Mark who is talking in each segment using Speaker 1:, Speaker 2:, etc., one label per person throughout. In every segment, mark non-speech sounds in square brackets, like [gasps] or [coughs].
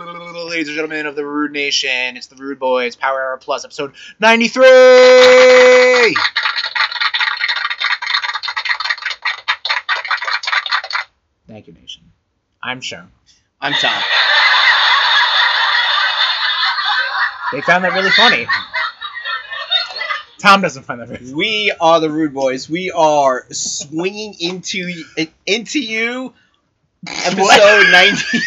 Speaker 1: ladies and gentlemen of the Rude Nation, it's the Rude Boys Power Hour Plus, episode 93! Thank you, Nation. I'm Sean.
Speaker 2: I'm Tom.
Speaker 1: They found that really funny. Tom doesn't find that very funny.
Speaker 2: We are the Rude Boys. We are swinging into into you.
Speaker 1: [laughs]
Speaker 2: Episode ninety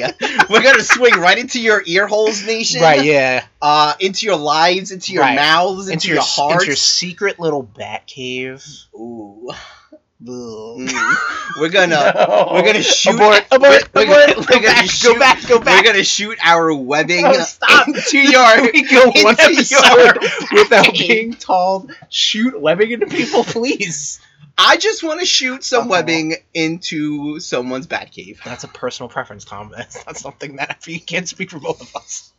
Speaker 2: three. We're gonna swing right into your ear holes, nation.
Speaker 1: Right, yeah.
Speaker 2: Uh, into your lives, into your
Speaker 1: Right.
Speaker 2: mouths, into, your, hearts.
Speaker 1: into your secret little bat cave.
Speaker 2: Ooh.
Speaker 1: Ugh.
Speaker 2: Mm. We're
Speaker 1: [laughs]
Speaker 2: gonna.
Speaker 1: No.
Speaker 2: We're gonna shoot.
Speaker 1: Abort, abort,
Speaker 2: we're,
Speaker 1: abort.
Speaker 2: Gonna, we're
Speaker 1: Go
Speaker 2: gonna
Speaker 1: back,
Speaker 2: shoot,
Speaker 1: go back, go back.
Speaker 2: We're gonna shoot our webbing
Speaker 1: Oh, stop.
Speaker 2: into your [laughs]
Speaker 1: we go
Speaker 2: into
Speaker 1: one
Speaker 2: your
Speaker 1: episode
Speaker 2: [laughs]
Speaker 1: without
Speaker 2: fucking-
Speaker 1: being told, shoot webbing into people,
Speaker 2: [laughs]
Speaker 1: please.
Speaker 2: I just want to shoot some
Speaker 1: Uh-oh.
Speaker 2: webbing into someone's Batcave.
Speaker 1: That's a personal preference, Tom. That's not something that you can't speak for both of us.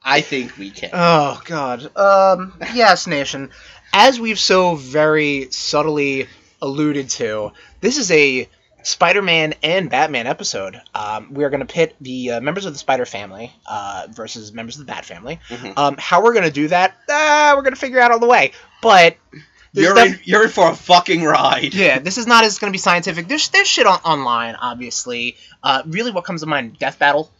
Speaker 2: I think we can.
Speaker 1: Oh God. Um. Yes, nation. As we've so very subtly alluded to, this is a Spider-Man and Batman episode. Um, we are going to pit the uh, members of the Spider family uh, versus members of the Bat family.
Speaker 2: Mhm.
Speaker 1: Um, how we're going to do that? Uh, we're going to figure out on the way. But there's
Speaker 2: You're
Speaker 1: def-
Speaker 2: in, you're in for a fucking ride.
Speaker 1: yeah, this is not as going to be scientific. There's there's shit on, online, obviously. Uh, really, what comes to mind? Death Battle,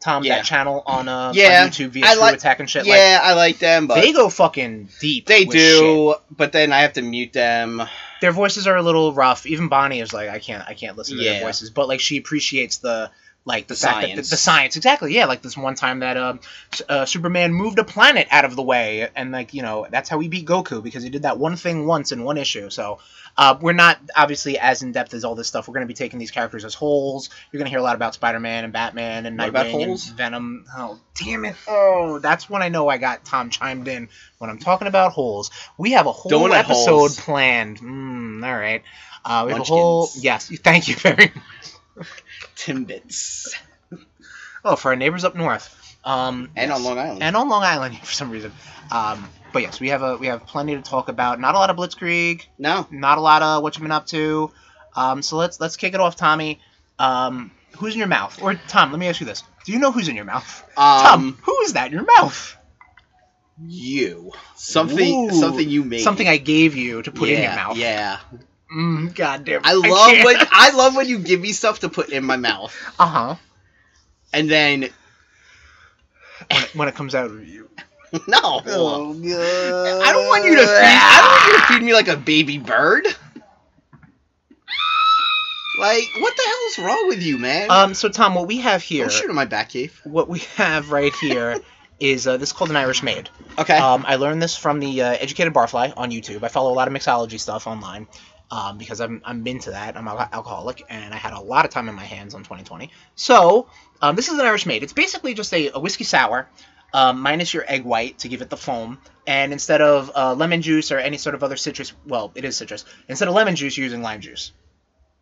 Speaker 1: Tom.
Speaker 2: Yeah.
Speaker 1: That channel on uh on
Speaker 2: Yeah,
Speaker 1: YouTube via
Speaker 2: I
Speaker 1: True
Speaker 2: like-
Speaker 1: Attack and shit. like
Speaker 2: Yeah, I like them, but
Speaker 1: they
Speaker 2: they,
Speaker 1: go fucking deep. with shit.
Speaker 2: do. But then I have to mute them.
Speaker 1: Their voices are a little rough. Even Bonnie is like, I can't, I can't listen to
Speaker 2: Yeah.
Speaker 1: their voices. But like, she appreciates the like the,
Speaker 2: The
Speaker 1: fact that-
Speaker 2: science.
Speaker 1: the, science, exactly. Yeah, like this one time that um, S- uh, Superman moved a planet out of the way, and like you know that's how he beat Goku because he did that one thing once in one issue. So uh, we're not obviously as in depth as all this stuff. We're going to be taking these characters as wholes. You're going to hear a lot about Spider-Man and Batman and
Speaker 2: What about
Speaker 1: Nightwing and
Speaker 2: holes?
Speaker 1: Venom. Oh damn it! Oh, that's when I know I got Tom chimed in when I'm talking about holes. We have a whole
Speaker 2: Donut
Speaker 1: episode
Speaker 2: holes.
Speaker 1: planned. Mm, all right. Uh, we have a
Speaker 2: Munchkins.
Speaker 1: whole yes. Thank you very [laughs] much.
Speaker 2: Timbits
Speaker 1: Oh, for our neighbors up north, um,
Speaker 2: and
Speaker 1: yes.
Speaker 2: on Long Island.
Speaker 1: and on Long Island [laughs] for some reason. Um, but yes, we have a we have plenty to talk about. Not a lot of Blitzkrieg.
Speaker 2: no,
Speaker 1: Not a lot of what you've been up to. Um, so let's let's kick it off, Tommy. Um, who's in your mouth? Or Tom, let me ask you this: Do you know who's in your mouth?
Speaker 2: um,
Speaker 1: Tom, who is that in your mouth?
Speaker 2: you
Speaker 1: Ooh.
Speaker 2: something something you made
Speaker 1: Something I gave you to put
Speaker 2: yeah,
Speaker 1: in your mouth.
Speaker 2: Yeah,
Speaker 1: Mm, God damn.
Speaker 2: I love
Speaker 1: can't.
Speaker 2: when
Speaker 1: [laughs]
Speaker 2: I love when you give me stuff to put in my mouth,
Speaker 1: Uh huh.
Speaker 2: and then [laughs]
Speaker 1: When, it- when it comes out of you.
Speaker 2: no.
Speaker 1: Oh, God.
Speaker 2: I don't want you to feed. I don't want you to feed me like a baby
Speaker 1: [laughs]
Speaker 2: bird. Like, what the hell is wrong with you, man?
Speaker 1: Um. So Tom, what we have here,
Speaker 2: Don't shoot at my back, Keith.
Speaker 1: what we have right here, is uh, this is called an Irish maid.
Speaker 2: Okay.
Speaker 1: Um, I learned this from the uh, Educated Barfly on YouTube. I follow a lot of mixology stuff online um, because I'm, I'm into that. I'm al- alcoholic, and I had a lot of time in my hands on 2020. So, um, this is an Irish Maid. It's basically just a, a whiskey sour um, minus your egg white to give it the foam. And instead of uh, lemon juice or any sort of other citrus, well, it is citrus, instead of lemon juice, you're using lime juice.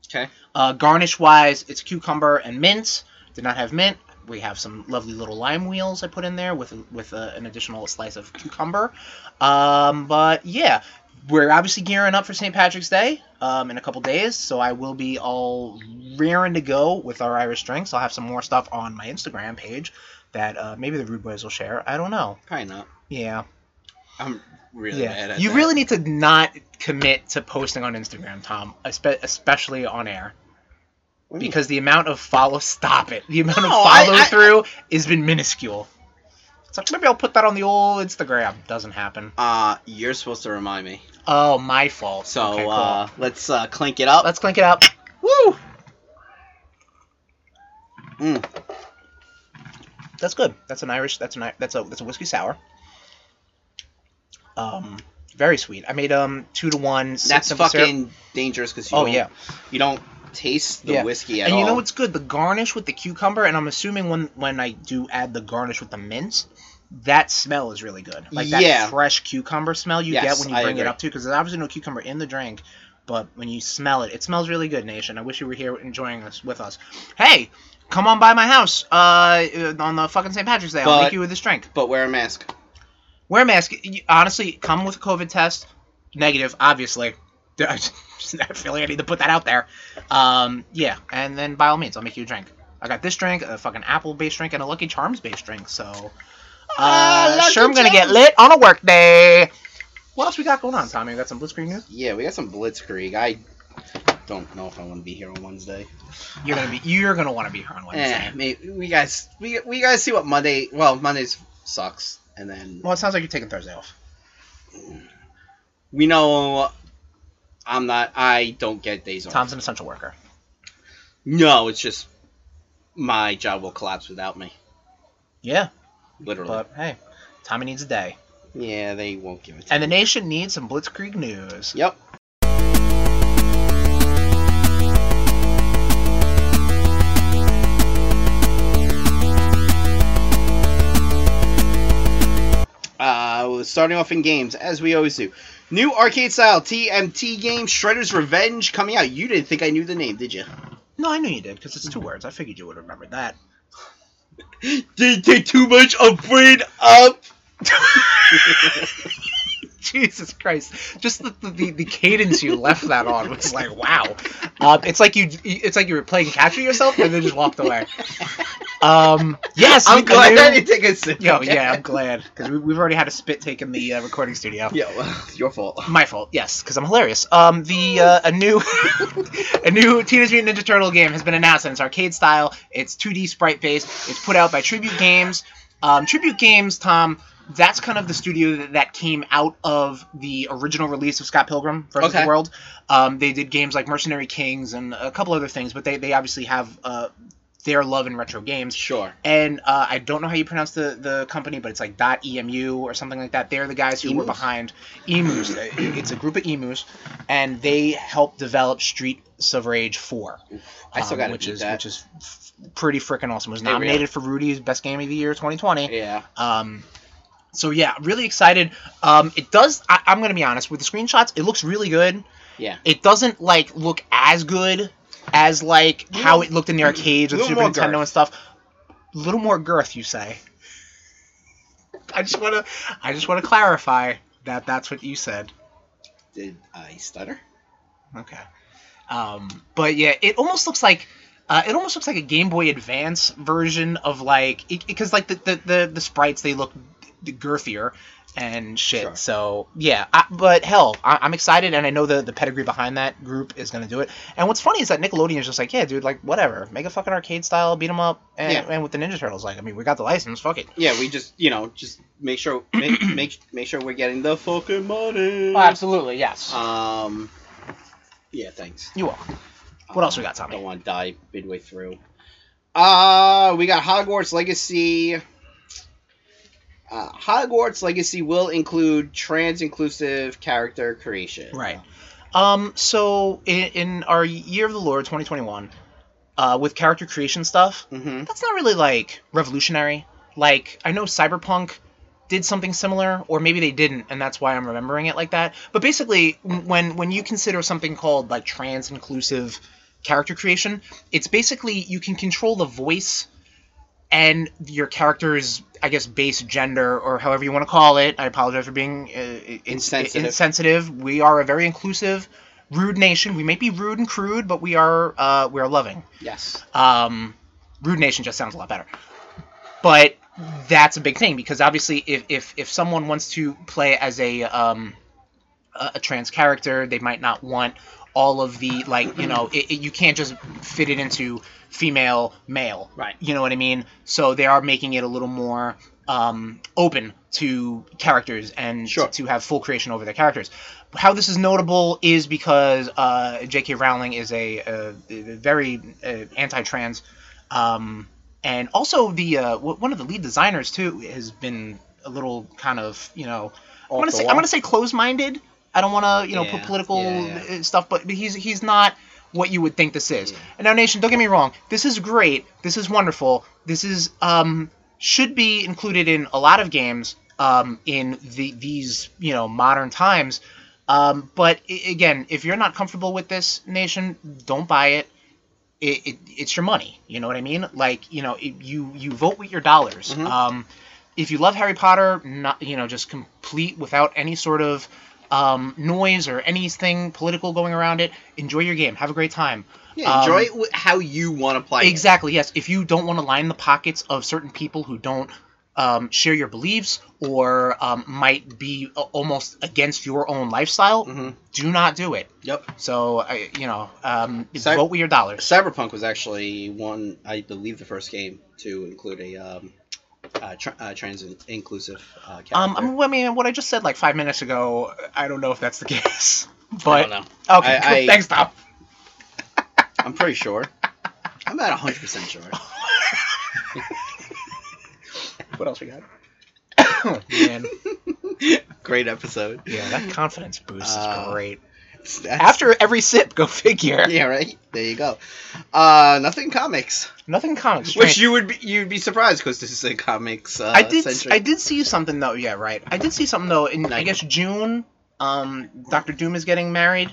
Speaker 2: okay.
Speaker 1: Uh, garnish wise, it's cucumber and mint. Did not have mint. We have some lovely little lime wheels I put in there with with uh, an additional slice of cucumber. Um, but yeah, we're obviously gearing up for St. Patrick's Day um, in a couple days, so I will be all rearing to go with our Irish drinks. I'll have some more stuff on my Instagram page that uh, maybe the Rude Boys will share. I don't know.
Speaker 2: Probably not.
Speaker 1: Yeah,
Speaker 2: I'm really
Speaker 1: yeah.
Speaker 2: bad at
Speaker 1: you
Speaker 2: that.
Speaker 1: really need to not commit to posting on Instagram, Tom, espe- especially on air
Speaker 2: What do you
Speaker 1: because the amount of follow stop it the amount of
Speaker 2: Hmm. No, I-
Speaker 1: follow through has been minuscule it's like maybe i'll put that on the old instagram doesn't happen
Speaker 2: mean? uh, you're supposed to remind me.
Speaker 1: oh my fault
Speaker 2: So
Speaker 1: Okay, cool.
Speaker 2: uh, let's uh, clink it up.
Speaker 1: let's clink it up
Speaker 2: Woo!
Speaker 1: Mm, that's good that's an irish that's an I- that's a that's a whiskey sour um very sweet i made um two to one six
Speaker 2: That's
Speaker 1: simple syrup.
Speaker 2: fucking dangerous because you
Speaker 1: oh
Speaker 2: don't,
Speaker 1: yeah
Speaker 2: you don't taste the
Speaker 1: Yeah.
Speaker 2: whiskey at
Speaker 1: and you know
Speaker 2: all.
Speaker 1: what's good the garnish with the cucumber and i'm assuming when when i do add the garnish with the mint that smell is really good like that
Speaker 2: Yeah.
Speaker 1: fresh cucumber smell you
Speaker 2: Yes,
Speaker 1: get when you
Speaker 2: I
Speaker 1: bring it
Speaker 2: agree.
Speaker 1: up too because there's obviously no cucumber in the drink but when you smell it it smells really good nation i wish you were here enjoying us with us hey come on by my house uh on the fucking st patrick's day i'll
Speaker 2: But-
Speaker 1: make you with this drink
Speaker 2: But wear a mask.
Speaker 1: wear a mask You- honestly come with a covid test negative obviously [laughs] i feel like i need to put that out there um yeah and then by all means i'll make you a drink I got this drink, a fucking apple based drink, and a Lucky Charms based drink. So,
Speaker 2: Ah,
Speaker 1: uh,
Speaker 2: Lucky
Speaker 1: sure, I'm gonna get
Speaker 2: Charms.
Speaker 1: lit on a work day. What else we got going on, Tommy? We got some Blitzkrieg news.
Speaker 2: Yeah, we got some Blitzkrieg. I don't know if I want to be here on Wednesday.
Speaker 1: You're gonna
Speaker 2: [sighs]
Speaker 1: be, you're gonna want to be here on Wednesday.
Speaker 2: Eh, may- we guys, we we guys see what Monday. Well, Mondays sucks, and then
Speaker 1: Well, it sounds like you're taking Thursday off.
Speaker 2: we know I'm not. I don't get days off.
Speaker 1: Tom's an essential worker.
Speaker 2: No, it's just my job will collapse without me.
Speaker 1: Yeah,
Speaker 2: Literally.
Speaker 1: but hey, Tommy needs a day,
Speaker 2: yeah, they won't give it. To
Speaker 1: and
Speaker 2: me.
Speaker 1: the nation needs some Blitzkrieg news.
Speaker 2: Yep. Uh, well, starting off in games, as we always do. New arcade style TMT game, Shredder's Revenge, coming out. You didn't think I knew the name, did you?
Speaker 1: No, I knew you did because it's two words. I figured you would have remembered that.
Speaker 2: Did it take too much of brain up?
Speaker 1: [laughs] Jesus Christ! Just the, the, the cadence you left that on was like wow. [laughs] Um, it's like you it's like you were playing catch with yourself and then just walked away. Um, yes,
Speaker 2: I'm
Speaker 1: we
Speaker 2: glad
Speaker 1: do.
Speaker 2: I didn't take a sip.
Speaker 1: Yo, yeah, I'm glad because we, we've already had a spit take in the uh, recording studio.
Speaker 2: Yeah, well, [laughs] it's your fault.
Speaker 1: My fault, yes, because I'm hilarious. Um, the uh, a new [laughs] a new Teenage Mutant Ninja Turtle game has been announced, and it's arcade style. It's 2D sprite based. It's put out by Tribute Games. Um, Tribute Games, Tom. That's kind of the studio that, that came out of the original release of Scott Pilgrim versus
Speaker 2: Okay.
Speaker 1: the World. Um, they did games like Mercenary Kings and a couple other things, but they, they obviously have uh, their love in retro games
Speaker 2: Sure.
Speaker 1: and uh, I don't know how you pronounce the, the company, but it's like dot .emu or something like that. They're the guys who were
Speaker 2: Emus?
Speaker 1: behind Emus. Uh, it's a group of Emus, and they helped develop Street of Rage Four,
Speaker 2: I still
Speaker 1: um,
Speaker 2: gotta
Speaker 1: which
Speaker 2: beat
Speaker 1: is
Speaker 2: that.
Speaker 1: which is f- pretty freaking awesome. It was
Speaker 2: Hey, really?
Speaker 1: nominated for Rudy's Best Game of the Year 2020.
Speaker 2: Yeah.
Speaker 1: Um, so yeah, really excited. Um, it does. I, I'm gonna be honest with the screenshots. It looks really good.
Speaker 2: Yeah.
Speaker 1: It doesn't like look as good as like
Speaker 2: Little-
Speaker 1: how it looked in the arcades with
Speaker 2: little
Speaker 1: Super
Speaker 2: more
Speaker 1: Nintendo
Speaker 2: girth.
Speaker 1: and stuff. A little more girth, you say. [laughs] I just wanna, I just wanna clarify that that's what you said.
Speaker 2: Did I stutter?
Speaker 1: Okay. Um, but yeah, it almost looks like uh, it almost looks like a Game Boy Advance version of like because like the, the the the sprites they look d- girthier and shit.
Speaker 2: Sure.
Speaker 1: So yeah, I, but hell, I, I'm excited and I know the the pedigree behind that group is gonna do it. And what's funny is that Nickelodeon is just like, yeah, dude, like whatever, make a fucking arcade style, beat 'em up, and,
Speaker 2: Yeah.
Speaker 1: and with the Ninja Turtles, like I mean, we got the license, fuck it.
Speaker 2: Yeah, we just you know just
Speaker 1: [clears throat]
Speaker 2: make sure make make, make sure we're getting the fucking money.
Speaker 1: Oh, absolutely, yes.
Speaker 2: Um. Yeah. Thanks.
Speaker 1: you will. What else we got, Tommy?
Speaker 2: Don't want to die midway through. Uh, we got Hogwarts Legacy. Uh, Hogwarts Legacy will include trans-inclusive character creation.
Speaker 1: Right. Um, so in, in our year of the Lord 2021, uh, with character creation stuff,
Speaker 2: Mm-hmm.
Speaker 1: that's not really like revolutionary. Like I know Cyberpunk did something similar, or maybe they didn't, and that's why I'm remembering it like that. But basically, w- when when you consider something called like trans inclusive character creation, it's basically you can control the voice and your character's I guess base gender or however you want to call it. I apologize for being uh, in-
Speaker 2: Insensitive.
Speaker 1: insensitive. We are a very inclusive, rude nation. We may be rude and crude, but we are uh, we are loving.
Speaker 2: Yes.
Speaker 1: Um, Rude Nation just sounds a lot better. But that's a big thing because obviously, if if, if someone wants to play as a um, a, a trans character, they might not want all of the like you know it, it, you can't just fit it into female male
Speaker 2: Right.
Speaker 1: you know what i mean so they are making it a little more um, open to characters and
Speaker 2: Sure.
Speaker 1: to have full creation over their characters how this is notable is because uh, J.K. Rowling is a, uh very uh, anti-trans, um, and also the uh, w- one of the lead designers too has been a little kind of you know I'm
Speaker 2: Off
Speaker 1: gonna
Speaker 2: the
Speaker 1: say
Speaker 2: wall?
Speaker 1: I'm gonna say closed-minded. I don't want to you know
Speaker 2: Yeah,
Speaker 1: put political
Speaker 2: yeah, yeah.
Speaker 1: uh, stuff, but but he's he's not what you would think this is.
Speaker 2: Yeah.
Speaker 1: And now, Nation, don't get me wrong. This is great. This is wonderful. This is um should be included in a lot of games um in the these you know modern times. Um, but I- again, if you're not comfortable with this, Nation, don't buy it. It, it it's your money. You know what I mean? Like you know it, you you vote with your dollars.
Speaker 2: Mhm.
Speaker 1: Um, if you love Harry Potter, not you know just complete without any sort of um, noise or anything political going around it. Enjoy your game. Have a great time.
Speaker 2: Yeah, enjoy it wh- how you want to play. it.
Speaker 1: Um, Exactly. Yes. If you don't want to line the pockets of certain people who don't um, share your beliefs or um, might be a- almost against your own lifestyle,
Speaker 2: Mhm.
Speaker 1: do not do it.
Speaker 2: Yep.
Speaker 1: So I, you know, um,
Speaker 2: So-
Speaker 1: vote with your dollars.
Speaker 2: Cyberpunk was actually one, I believe, the first game to include a um, uh, tr uh, trans inclusive uh, character.
Speaker 1: Um, I'm- I mean, what I just said like five minutes ago, I don't know if that's the [laughs] case.
Speaker 2: I
Speaker 1: But
Speaker 2: don't know.
Speaker 1: okay,
Speaker 2: I-
Speaker 1: cool.
Speaker 2: I-
Speaker 1: thanks,
Speaker 2: [laughs]
Speaker 1: Tom.
Speaker 2: I'm pretty sure. I'm about 100% sure. [laughs]
Speaker 1: What else we got?
Speaker 2: [coughs]
Speaker 1: oh, man,
Speaker 2: Great episode.
Speaker 1: yeah,
Speaker 2: [laughs]
Speaker 1: that confidence boost
Speaker 2: Uh,
Speaker 1: is great.
Speaker 2: That's-
Speaker 1: After every sip, go figure.
Speaker 2: Yeah, right. There you go. Uh, nothing comics,
Speaker 1: Nothing comics.
Speaker 2: which you would be you'd be surprised because this is a comics. Uh,
Speaker 1: I did.
Speaker 2: centric-
Speaker 1: I did see something though. Yeah, right. I did see something though. In I
Speaker 2: Night.
Speaker 1: guess June, um, Doctor Doom is getting married.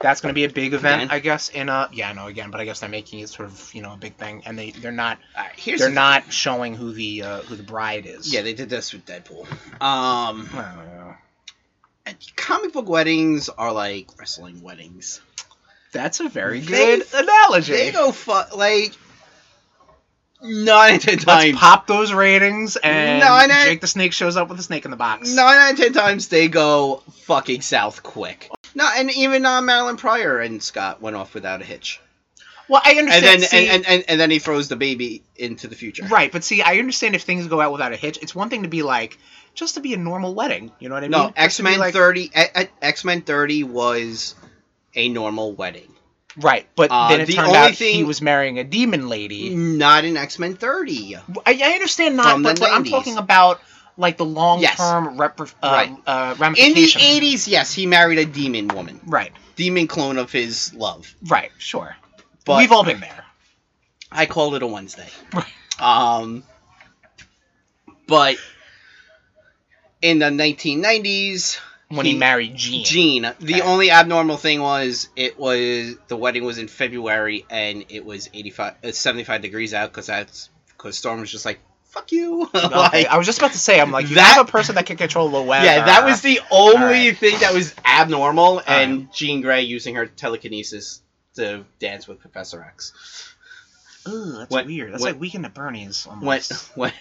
Speaker 1: That's gonna be a big event,
Speaker 2: Again?
Speaker 1: I guess. In uh, yeah, I know again, but I guess they're making it sort of you know a big thing, and they they're not
Speaker 2: Alright, here's
Speaker 1: they're
Speaker 2: the-
Speaker 1: not showing who the uh, who the bride is.
Speaker 2: Yeah, they did this with Deadpool. Um,
Speaker 1: Well,
Speaker 2: comic book weddings are like wrestling weddings.
Speaker 1: that's a very
Speaker 2: They-
Speaker 1: good analogy.
Speaker 2: They go fu- like nine out of ten
Speaker 1: Let's
Speaker 2: times.
Speaker 1: pop those ratings, and
Speaker 2: No, I know.
Speaker 1: Jake the Snake shows up with a snake in the box.
Speaker 2: Nine out of ten times they go fucking south quick. No, and even uh, Madeline Pryor and Scott went off without a hitch.
Speaker 1: Well, I
Speaker 2: And
Speaker 1: understand.
Speaker 2: then
Speaker 1: see-
Speaker 2: and, and, and, and then he throws the baby into the future.
Speaker 1: Right, but see, I understand if things go out without a hitch. It's one thing to be like, just to be a normal wedding. You know what I mean?
Speaker 2: No,
Speaker 1: Just
Speaker 2: X
Speaker 1: to be
Speaker 2: Men
Speaker 1: like-
Speaker 2: thirty. X Men thirty was a normal wedding.
Speaker 1: Right, but
Speaker 2: Uh,
Speaker 1: then it
Speaker 2: the
Speaker 1: turned
Speaker 2: only
Speaker 1: out he
Speaker 2: thing-
Speaker 1: was marrying a demon lady.
Speaker 2: Not in X Men thirty.
Speaker 1: I, I understand not,
Speaker 2: Mm. From the
Speaker 1: but, but I'm
Speaker 2: 90s.
Speaker 1: talking about like the long term rep- uh, uh,
Speaker 2: Right. In the
Speaker 1: ramifications.
Speaker 2: eighties, yes, he married a demon woman,
Speaker 1: Right,
Speaker 2: demon clone of his love.
Speaker 1: right, sure.
Speaker 2: But
Speaker 1: We've all been there.
Speaker 2: I called it a Wednesday.
Speaker 1: [laughs] Right.
Speaker 2: um, but in the nineteen nineties,
Speaker 1: When he,
Speaker 2: He-
Speaker 1: married Jean.
Speaker 2: Gene. The
Speaker 1: Okay.
Speaker 2: only abnormal thing was it was the wedding was in February and it was 85, uh, 75 degrees out because that's because Storm was just like fuck
Speaker 1: [laughs]
Speaker 2: you. [laughs]
Speaker 1: Okay, Uh,
Speaker 2: Like,
Speaker 1: I was just about to say, I'm like, you
Speaker 2: That-
Speaker 1: have a person that can control the weather.
Speaker 2: yeah, that was the only
Speaker 1: Alright.
Speaker 2: thing that was abnormal, and Jean Grey using her telekinesis to dance with Professor X.
Speaker 1: Ooh, that's
Speaker 2: What-
Speaker 1: weird. That's
Speaker 2: what-
Speaker 1: like Weekend at Bernie's.
Speaker 2: When,
Speaker 1: Almost. [laughs]
Speaker 2: when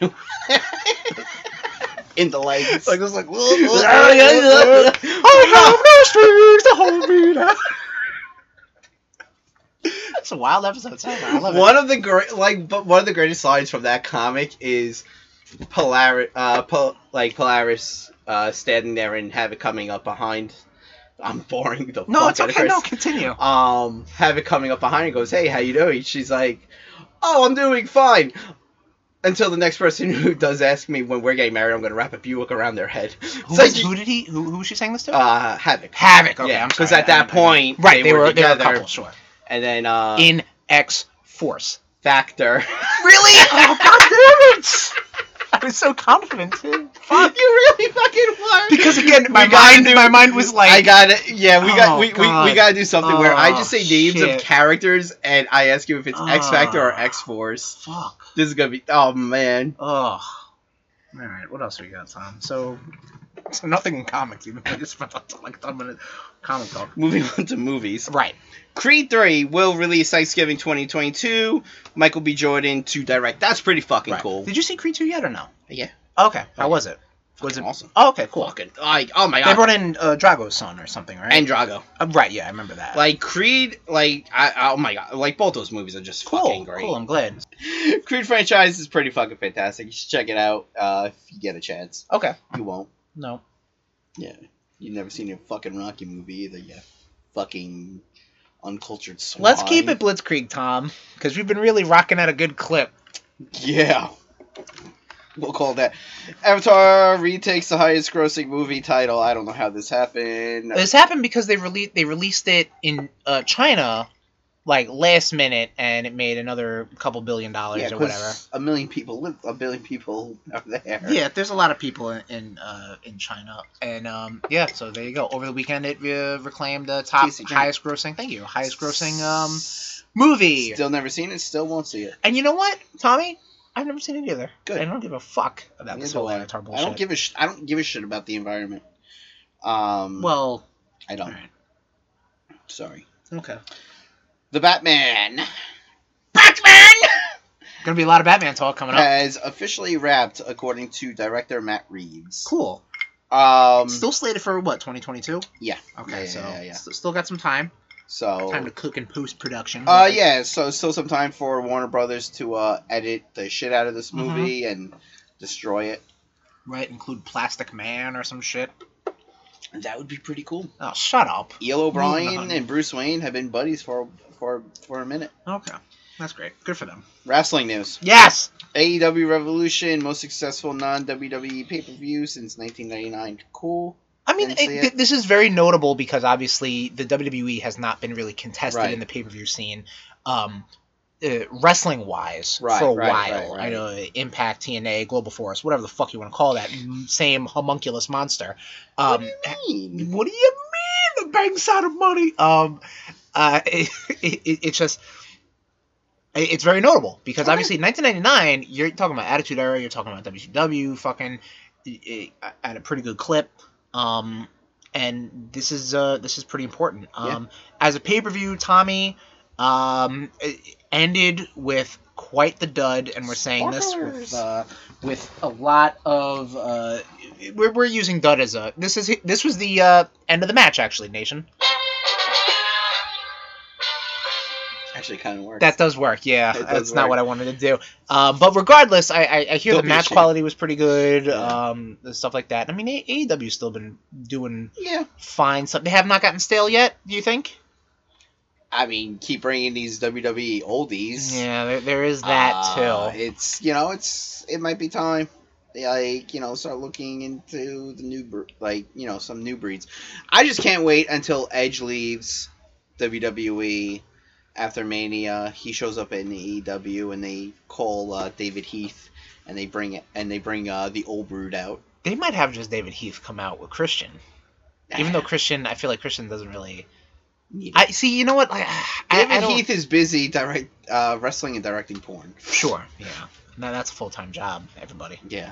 Speaker 2: in the lights,
Speaker 1: Like,
Speaker 2: it was like,
Speaker 1: [laughs] Oh, It's a wild episode. so I love it.
Speaker 2: one of the great like but one of the greatest lines from that comic is Polaris uh Pol- like Polaris uh standing there and have it coming up behind I'm boring the
Speaker 1: No,
Speaker 2: fuck
Speaker 1: it's
Speaker 2: out of
Speaker 1: okay. No,
Speaker 2: Chris.
Speaker 1: continue.
Speaker 2: um have it coming up behind and goes hey how you doing she's like oh I'm doing fine until the next person [laughs] who does ask me when we're getting married I'm gonna wrap a Buick around their head
Speaker 1: Who,
Speaker 2: So
Speaker 1: was,
Speaker 2: you-
Speaker 1: who did he? Who, who was she saying this to?
Speaker 2: uh Havoc
Speaker 1: Havoc. Okay,
Speaker 2: yeah,
Speaker 1: I'm
Speaker 2: 'cause
Speaker 1: sorry.
Speaker 2: at that
Speaker 1: I- I-
Speaker 2: point,
Speaker 1: right? They,
Speaker 2: they
Speaker 1: were,
Speaker 2: were
Speaker 1: they were a
Speaker 2: together.
Speaker 1: couple, sure.
Speaker 2: and then uh
Speaker 1: In X Force. [laughs]
Speaker 2: Factor [laughs]
Speaker 1: Really? oh, God damn it! I was so confident too.
Speaker 2: you really fucking were
Speaker 1: Because again, my
Speaker 2: We gotta
Speaker 1: mind,
Speaker 2: do-
Speaker 1: my mind was like,
Speaker 2: I got it. Yeah, we
Speaker 1: Oh,
Speaker 2: got we, we,
Speaker 1: God.
Speaker 2: we got to do something where I
Speaker 1: Oh,
Speaker 2: just say names
Speaker 1: shit.
Speaker 2: of characters and I ask you if it's X Factor or
Speaker 1: Oh.
Speaker 2: X Force.
Speaker 1: fuck.
Speaker 2: This is gonna be oh man.
Speaker 1: Ugh. All right, what else we got, Tom? So, so nothing in comics. Even though I just spent like ten minutes comic talk.
Speaker 2: Moving [laughs] on to movies.
Speaker 1: Right.
Speaker 2: Creed 3 will release Thanksgiving 2022. Michael B. Jordan to direct. That's pretty fucking
Speaker 1: right.
Speaker 2: cool.
Speaker 1: Did you see Creed two yet or no?
Speaker 2: Yeah.
Speaker 1: Okay. How was it? Was
Speaker 2: Fucking
Speaker 1: it
Speaker 2: awesome?
Speaker 1: Oh, okay, cool.
Speaker 2: Fucking, like, oh my
Speaker 1: They
Speaker 2: god.
Speaker 1: brought in uh, Drago's son or something, right?
Speaker 2: And Drago.
Speaker 1: Uh, right, yeah, I remember that.
Speaker 2: Like, Creed, like, I, oh my god. Like, both those movies are just fucking
Speaker 1: cool,
Speaker 2: great.
Speaker 1: cool. I'm glad.
Speaker 2: [laughs] Creed franchise is pretty fucking fantastic. You should check it out uh, if you get a chance.
Speaker 1: Okay.
Speaker 2: You won't.
Speaker 1: No.
Speaker 2: Yeah. You've never seen a fucking Rocky movie either, you fucking uncultured swine.
Speaker 1: Let's keep it Blitzkrieg, Tom, because we've been really rocking at a good clip.
Speaker 2: [laughs] Yeah. We'll call that. Avatar retakes the highest grossing movie title. I don't know how this happened.
Speaker 1: This happened because they released they released it in uh, China, like last minute, and it made another couple billion dollars
Speaker 2: Yeah,
Speaker 1: or
Speaker 2: 'cause
Speaker 1: whatever.
Speaker 2: A million people live. A billion people are there.
Speaker 1: Yeah, there's a lot of people in in, uh, in China, and um, yeah, so there you go. Over the weekend, it uh, reclaimed the top
Speaker 2: TCG.
Speaker 1: highest grossing. Thank you, highest grossing um movie.
Speaker 2: Still never seen it. Still won't see it.
Speaker 1: And you know what, Tommy? I've never seen it either.
Speaker 2: Good.
Speaker 1: I don't give a fuck about
Speaker 2: Neither
Speaker 1: this whole
Speaker 2: do I.
Speaker 1: Avatar bullshit.
Speaker 2: I don't give a. Sh- I don't give a shit about the environment. Um,
Speaker 1: Well,
Speaker 2: I
Speaker 1: all
Speaker 2: don't.
Speaker 1: right.
Speaker 2: Sorry.
Speaker 1: Okay.
Speaker 2: The Batman. Batman
Speaker 1: [laughs] Gonna be a lot of Batman talk coming up.
Speaker 2: has officially wrapped, according to director Matt Reeves.
Speaker 1: Cool.
Speaker 2: Um,
Speaker 1: Still slated for what 2022.
Speaker 2: Yeah.
Speaker 1: Okay.
Speaker 2: Yeah,
Speaker 1: so
Speaker 2: yeah, yeah.
Speaker 1: st- still got some time.
Speaker 2: so
Speaker 1: Time to cook and post production.
Speaker 2: Uh, yeah, so still some time for Warner Brothers to uh, edit the shit out of this
Speaker 1: Mm-hmm.
Speaker 2: movie and destroy it.
Speaker 1: Right. Include Plastic Man or some shit.
Speaker 2: That would be pretty cool.
Speaker 1: Oh, shut up.
Speaker 2: Eel O'Brien
Speaker 1: on.
Speaker 2: and Bruce Wayne have been buddies for for for a minute.
Speaker 1: Okay. That's great. Good for them.
Speaker 2: Wrestling news:
Speaker 1: Yes.
Speaker 2: AEW E Revolution, most successful non WWE pay per view since 1999. Cool.
Speaker 1: I mean, it,
Speaker 2: Didn't see
Speaker 1: th- this is very notable because obviously the WWE has not been really contested
Speaker 2: Right.
Speaker 1: in the pay per view scene, um, uh, wrestling wise,
Speaker 2: Right,
Speaker 1: for a
Speaker 2: right,
Speaker 1: while.
Speaker 2: right, right.
Speaker 1: I know Impact, TNA, Global Force, whatever the fuck you want to call that m- same homunculus monster. Um,
Speaker 2: What do you mean?
Speaker 1: what do you mean the bank's out of money? Um, uh, [laughs] it, it, it's just it- it's very notable because
Speaker 2: Okay.
Speaker 1: obviously 1999 you're talking about Attitude Era, you're talking about WCW, fucking eh, eh, at a pretty good clip. Um, and this is uh this is pretty important.
Speaker 2: Yeah.
Speaker 1: Um, as a pay per view, Tommy um eh, ended with quite the dud, and we're saying this with
Speaker 2: Spoilers.
Speaker 1: uh, with a lot of uh, we're, we're using dud as a this is this was the uh, end of the match actually nation
Speaker 2: Actually, kind of worked.
Speaker 1: that does work yeah
Speaker 2: It does
Speaker 1: that's not
Speaker 2: work.
Speaker 1: what i wanted to do um, but regardless i i, I hear
Speaker 2: Don't
Speaker 1: the
Speaker 2: be
Speaker 1: match
Speaker 2: ashamed.
Speaker 1: quality was pretty good
Speaker 2: Yeah.
Speaker 1: um the stuff like that i mean A- aew's still been doing
Speaker 2: yeah.
Speaker 1: fine stuff they have not gotten stale yet do you think
Speaker 2: I mean, keep bringing these WWE oldies.
Speaker 1: yeah there, there is that
Speaker 2: Uh,
Speaker 1: too
Speaker 2: It's you know, it's it might be time. Like you know, start looking into the new bre- like you know some new breeds. I just can't wait until Edge leaves WWE after Mania. He shows up in EW and they call uh, David Heath and they bring it and they bring uh, the old brood out.
Speaker 1: they might have just david heath come out with christian even
Speaker 2: [sighs] Ah.
Speaker 1: though christian i feel like christian doesn't really
Speaker 2: Need it.
Speaker 1: i see you know what like, I-
Speaker 2: David
Speaker 1: I, don't,
Speaker 2: Heath is busy direct uh, wrestling and directing porn.
Speaker 1: Sure. Yeah. Now that's a full time job, everybody.
Speaker 2: Yeah,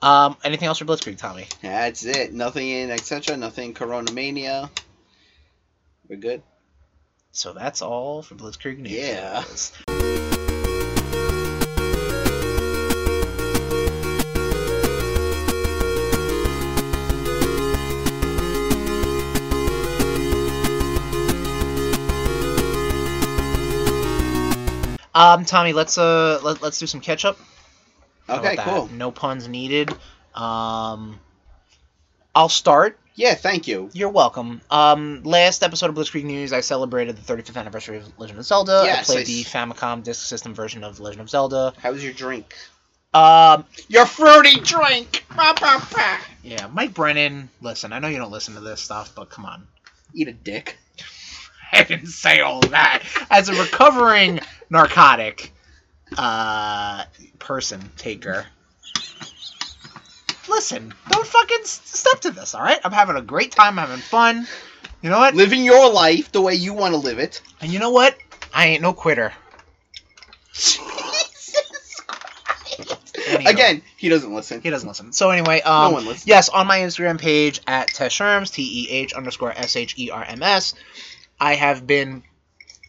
Speaker 1: Um, anything else for Blitzkrieg, Tommy?
Speaker 2: that's it. Nothing in etc. Nothing in Corona Mania. We're good.
Speaker 1: So that's all for Blitzkrieg News.
Speaker 2: Yeah.
Speaker 1: Um, Tommy, let's uh let, let's do some catch up. How
Speaker 2: Okay,
Speaker 1: about that?
Speaker 2: cool.
Speaker 1: No puns needed. Um, I'll start.
Speaker 2: Yeah, thank you.
Speaker 1: You're welcome. Um, last episode of Blitzkrieg News, I celebrated the 35th anniversary of Legend of Zelda.
Speaker 2: Yes,
Speaker 1: I played
Speaker 2: I s-
Speaker 1: the Famicom Disk System version of Legend of Zelda.
Speaker 2: How was your drink?
Speaker 1: Um,
Speaker 2: Your fruity drink! Bah, bah, bah.
Speaker 1: yeah, Mike Brennan. Listen, I know you don't listen to this stuff, but come on. [laughs]
Speaker 2: Eat a dick.
Speaker 1: I didn't say all that. As a recovering narcotic uh, person taker, listen, don't fucking s- step to this. All right, I'm having a great time, having fun. You know what?
Speaker 2: Living your life the way you want to live it.
Speaker 1: And you know what? I ain't no quitter.
Speaker 2: [laughs] Jesus Christ.
Speaker 1: Anywho.
Speaker 2: [laughs] Again, he doesn't listen.
Speaker 1: He doesn't listen. So anyway,
Speaker 2: no
Speaker 1: um,
Speaker 2: one listens.
Speaker 1: Yes, on my Instagram page at Tesherms, T E H underscore S H E R M S, I have been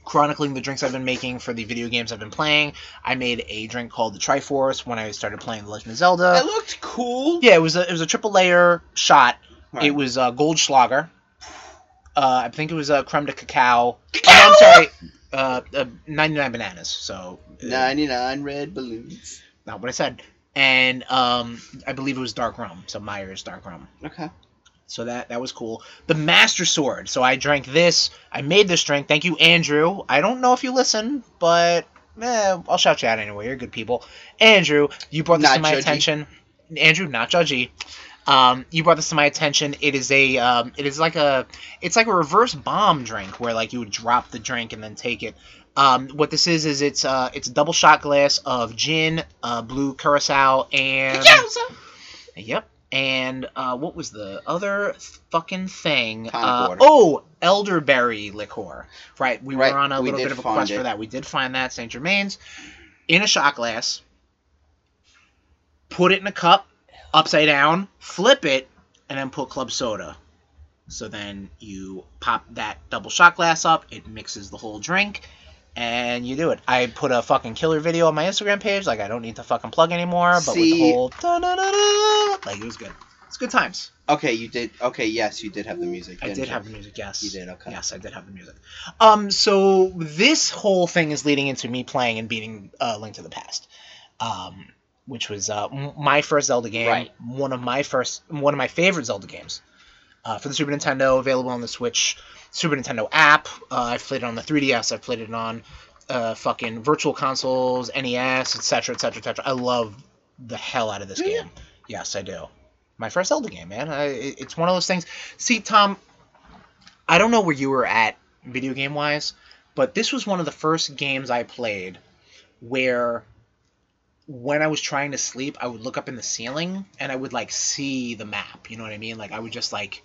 Speaker 1: chronicling the drinks I've been making for the video games I've been playing. I made a drink called the Triforce when I started playing The Legend of Zelda.
Speaker 2: It looked cool.
Speaker 1: Yeah, it was a, it was a triple layer shot.
Speaker 2: Right.
Speaker 1: It was uh, Goldschlager. Uh, I think it was uh, creme de cacao. Oh, no, I'm sorry. Uh, uh, 99 bananas. So uh,
Speaker 2: 99 red balloons.
Speaker 1: not what I said. And um, I believe it was dark rum. So Myers dark rum.
Speaker 2: Okay.
Speaker 1: So that that was cool. The Master Sword. So I drank this. I made this drink. Thank you, Andrew. I don't know if you listen, but eh, I'll shout you out anyway. You're good people. Andrew, you brought this
Speaker 2: Not
Speaker 1: to my
Speaker 2: judgy.
Speaker 1: attention. Andrew, not judgy. Um, you brought this to my attention. It is a, um, it is like a, it's like a reverse bomb drink where like you would drop the drink and then take it. Um, what this is is it's uh, it's a double shot glass of gin, uh, blue curacao, and Yep. And uh, what was the other fucking thing?
Speaker 2: Tonic
Speaker 1: Uh,
Speaker 2: water.
Speaker 1: oh, elderberry liquor. Right. We
Speaker 2: Right,
Speaker 1: were on a
Speaker 2: we
Speaker 1: little
Speaker 2: did
Speaker 1: bit of a
Speaker 2: find
Speaker 1: quest
Speaker 2: it.
Speaker 1: for that. We did find that St. Germain's in a shot glass. Put it in a cup, upside down, flip it, and then put club soda. So then you pop that double shot glass up, it mixes the whole drink, and you do it. I put a fucking killer video on my Instagram page, like I don't need to fucking plug anymore, but with the
Speaker 2: See-
Speaker 1: whole da da da da, like it was good. It's good times.
Speaker 2: Okay, you did. Okay, yes, you did have the music.
Speaker 1: I
Speaker 2: didn't
Speaker 1: did
Speaker 2: you?
Speaker 1: have the music, yes.
Speaker 2: You did. Okay.
Speaker 1: Yes, I did have the music. Um, so this whole thing is leading into me playing and beating uh, Link to the Past, um, which was uh, m- my first Zelda game,
Speaker 2: Right.
Speaker 1: one of my first, one of my favorite Zelda games, uh, for the Super Nintendo, available on the Switch, Super Nintendo app. Uh, I've played it on the 3DS. I've played it on uh, fucking virtual consoles, E NES, etc., etc., etc. I love the hell out of this
Speaker 2: Do
Speaker 1: game. Yes, I do. My first Zelda game, man. I, it- it's one of those things. See, Tom, I don't know where you were at video game wise, but this was one of the first games I played where when I was trying to sleep, I would look up in the ceiling and I would like see the map. You know what I mean? Like I would just like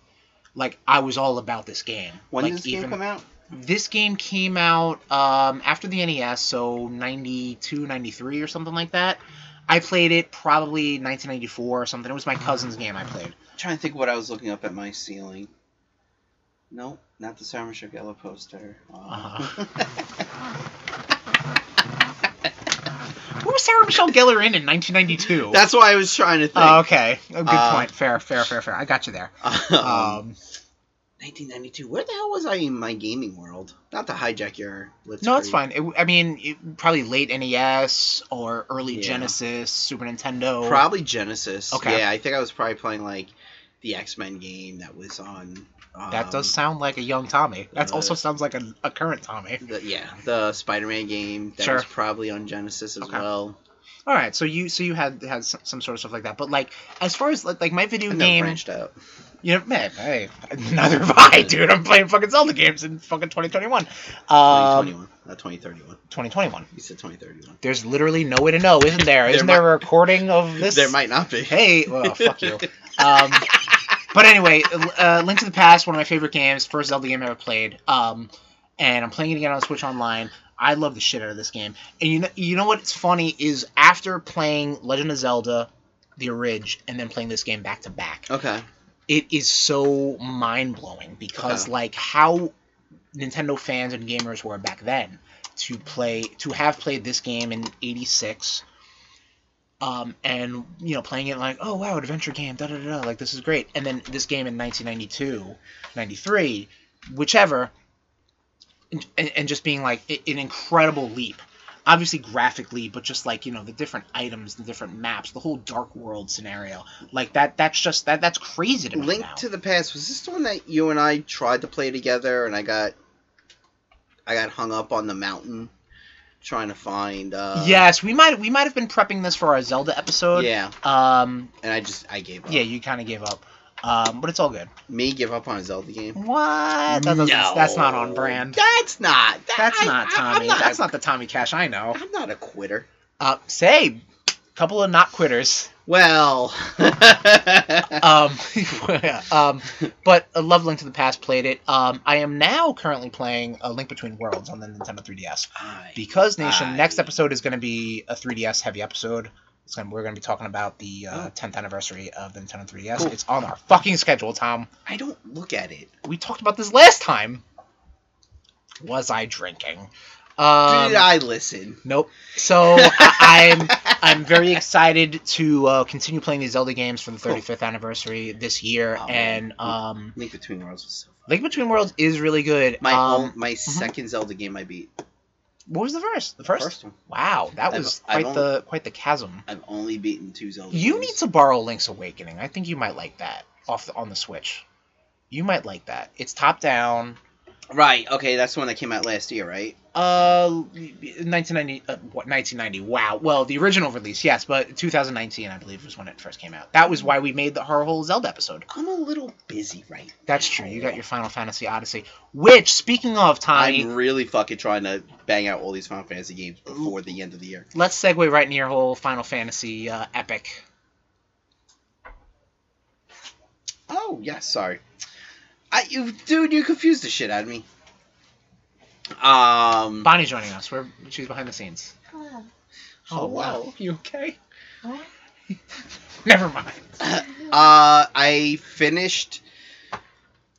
Speaker 1: like I was all about this game.
Speaker 2: When
Speaker 1: like,
Speaker 2: did this game come out?
Speaker 1: This game came out um, after the NES, so 92, 93 or something like that. I played it probably 1994 or something. It was my
Speaker 2: Ah.
Speaker 1: cousin's game I played.
Speaker 2: I'm trying to think what I was looking up at my ceiling. Nope, not the Sarah Michelle Gellar poster. Aw.
Speaker 1: Uh-huh. Who was Sarah Michelle Gellar in in 1992?
Speaker 2: [laughs] That's why I was trying to think.
Speaker 1: Oh, okay. Oh, good
Speaker 2: Uh,
Speaker 1: point. Fair, fair, fair, fair. I got you there.
Speaker 2: [laughs] Um,
Speaker 1: Um,
Speaker 2: 1992. Where the hell was I in my gaming world? Not to hijack your. Blitz
Speaker 1: no, it's fine. It, I mean, it, probably late NES or early
Speaker 2: Yeah.
Speaker 1: Genesis, Super Nintendo.
Speaker 2: Probably Genesis.
Speaker 1: Okay.
Speaker 2: Okay. Yeah, I think I was probably playing like the X Men game that was on. Um,
Speaker 1: That does sound like a young Tommy. That
Speaker 2: uh,
Speaker 1: also sounds like a, a current Tommy.
Speaker 2: um, The, yeah, the Spider Man game that
Speaker 1: Sure.
Speaker 2: was probably on Genesis as
Speaker 1: Okay.
Speaker 2: well.
Speaker 1: All right, so you so you had had some, some sort of stuff like that, but like as far as like, like my video
Speaker 2: And then
Speaker 1: game,
Speaker 2: branched out.
Speaker 1: you know, man, hey, [laughs] neither have I, dude. I'm playing fucking Zelda games in fucking 2021, um,
Speaker 2: 2021, not 2031.
Speaker 1: 2021.
Speaker 2: You said 2031.
Speaker 1: There's literally no way to know, isn't there?
Speaker 2: [laughs] There
Speaker 1: Isn't
Speaker 2: might-
Speaker 1: there a recording
Speaker 2: [laughs]
Speaker 1: of this?
Speaker 2: There might not be.
Speaker 1: Hey, well, fuck you. Um, but anyway, uh, Link to the Past, one of my favorite games, first Zelda game I ever played. Um, and I'm playing it again on Switch Online. I love the shit out of this game. And you know, you know what's funny is after playing Legend of Zelda, the Ridge, and then playing this game back to back,
Speaker 2: Okay.
Speaker 1: it is so mind blowing because
Speaker 2: Okay.
Speaker 1: like how Nintendo fans and gamers were back then to play to have played this game in '86, um, and you know playing it like oh wow adventure game da da da da, like this is great, and then this game in 1992, '93, whichever, and, and and just being like i- an incredible leap. Obviously, graphically, but just like you know, the different items, the different maps, the whole Dark World scenario, like that—that's just that—that's crazy to me.
Speaker 2: Link
Speaker 1: now.
Speaker 2: to the Past was this the one that you and I tried to play together, and I got, I got hung up on the mountain, trying to find. Uh,
Speaker 1: yes, we might we might have been prepping this for our Zelda episode.
Speaker 2: Yeah,
Speaker 1: Um.
Speaker 2: and I just I gave up.
Speaker 1: Yeah, you kind of gave up. Um, but it's all good.
Speaker 2: Me give up on a Zelda game.
Speaker 1: What? That doesn't, That's not on
Speaker 2: No.
Speaker 1: brand.
Speaker 2: That's not. that-
Speaker 1: That's
Speaker 2: I-
Speaker 1: not
Speaker 2: I-
Speaker 1: Tommy.
Speaker 2: I'm not,
Speaker 1: that's
Speaker 2: a,
Speaker 1: not the Tommy Cash I know.
Speaker 2: I'm not a quitter.
Speaker 1: Uh, say, couple of not quitters.
Speaker 2: Well. [laughs]
Speaker 1: um, [laughs] um, but I love Link to the Past. Played it. Um, I am now currently playing a Link Between Worlds on the Nintendo 3DS
Speaker 2: I-
Speaker 1: because Nation.
Speaker 2: Aye.
Speaker 1: Next episode is going to be a 3DS heavy episode. It's gonna, we're going to be talking about the uh, 10th anniversary of the Nintendo 3DS.
Speaker 2: Cool.
Speaker 1: It's on our fucking schedule, Tom.
Speaker 2: I don't look at it.
Speaker 1: We talked about this last time. Was I drinking? Um,
Speaker 2: Did I listen?
Speaker 1: Nope. So I, I'm
Speaker 2: [laughs]
Speaker 1: I'm very excited to uh, continue playing these Zelda games for the
Speaker 2: Cool.
Speaker 1: 35th anniversary this year,
Speaker 2: Oh,
Speaker 1: and
Speaker 2: man.
Speaker 1: um,
Speaker 2: Link Between Worlds was so fun.
Speaker 1: Link Between Worlds is really good.
Speaker 2: My
Speaker 1: um,
Speaker 2: own, my second Zelda game I beat.
Speaker 1: what was the first? The first?
Speaker 2: First one.
Speaker 1: Wow, that
Speaker 2: I've-
Speaker 1: was
Speaker 2: I've
Speaker 1: quite the quite the chasm.
Speaker 2: I've only beaten two Zelda.
Speaker 1: You
Speaker 2: games.
Speaker 1: need to borrow Link's Awakening. I think you might like that off the, on the Switch. You might like that. It's top down.
Speaker 2: Right. Okay, that's the one that came out last year, right?
Speaker 1: Uh, 1990. Uh, what 1990? Wow. Well, the original release, yes, but 2019, I believe, was when it first came out. That was why we made the her whole Zelda episode.
Speaker 2: I'm a little busy right.
Speaker 1: That's true. You got your Final Fantasy Odyssey, which, speaking of Tommy,
Speaker 2: I'm really fucking trying to bang out all these Final Fantasy games before the end of the year.
Speaker 1: let's segue right into your whole Final Fantasy uh, epic.
Speaker 2: Oh yeah, sorry. I you dude, you confused the shit out of me. Um.
Speaker 1: Bonnie's joining us. We're she's behind the scenes.
Speaker 2: Oh, wow.
Speaker 1: [laughs] You okay? [laughs] Never mind.
Speaker 2: Uh, I finished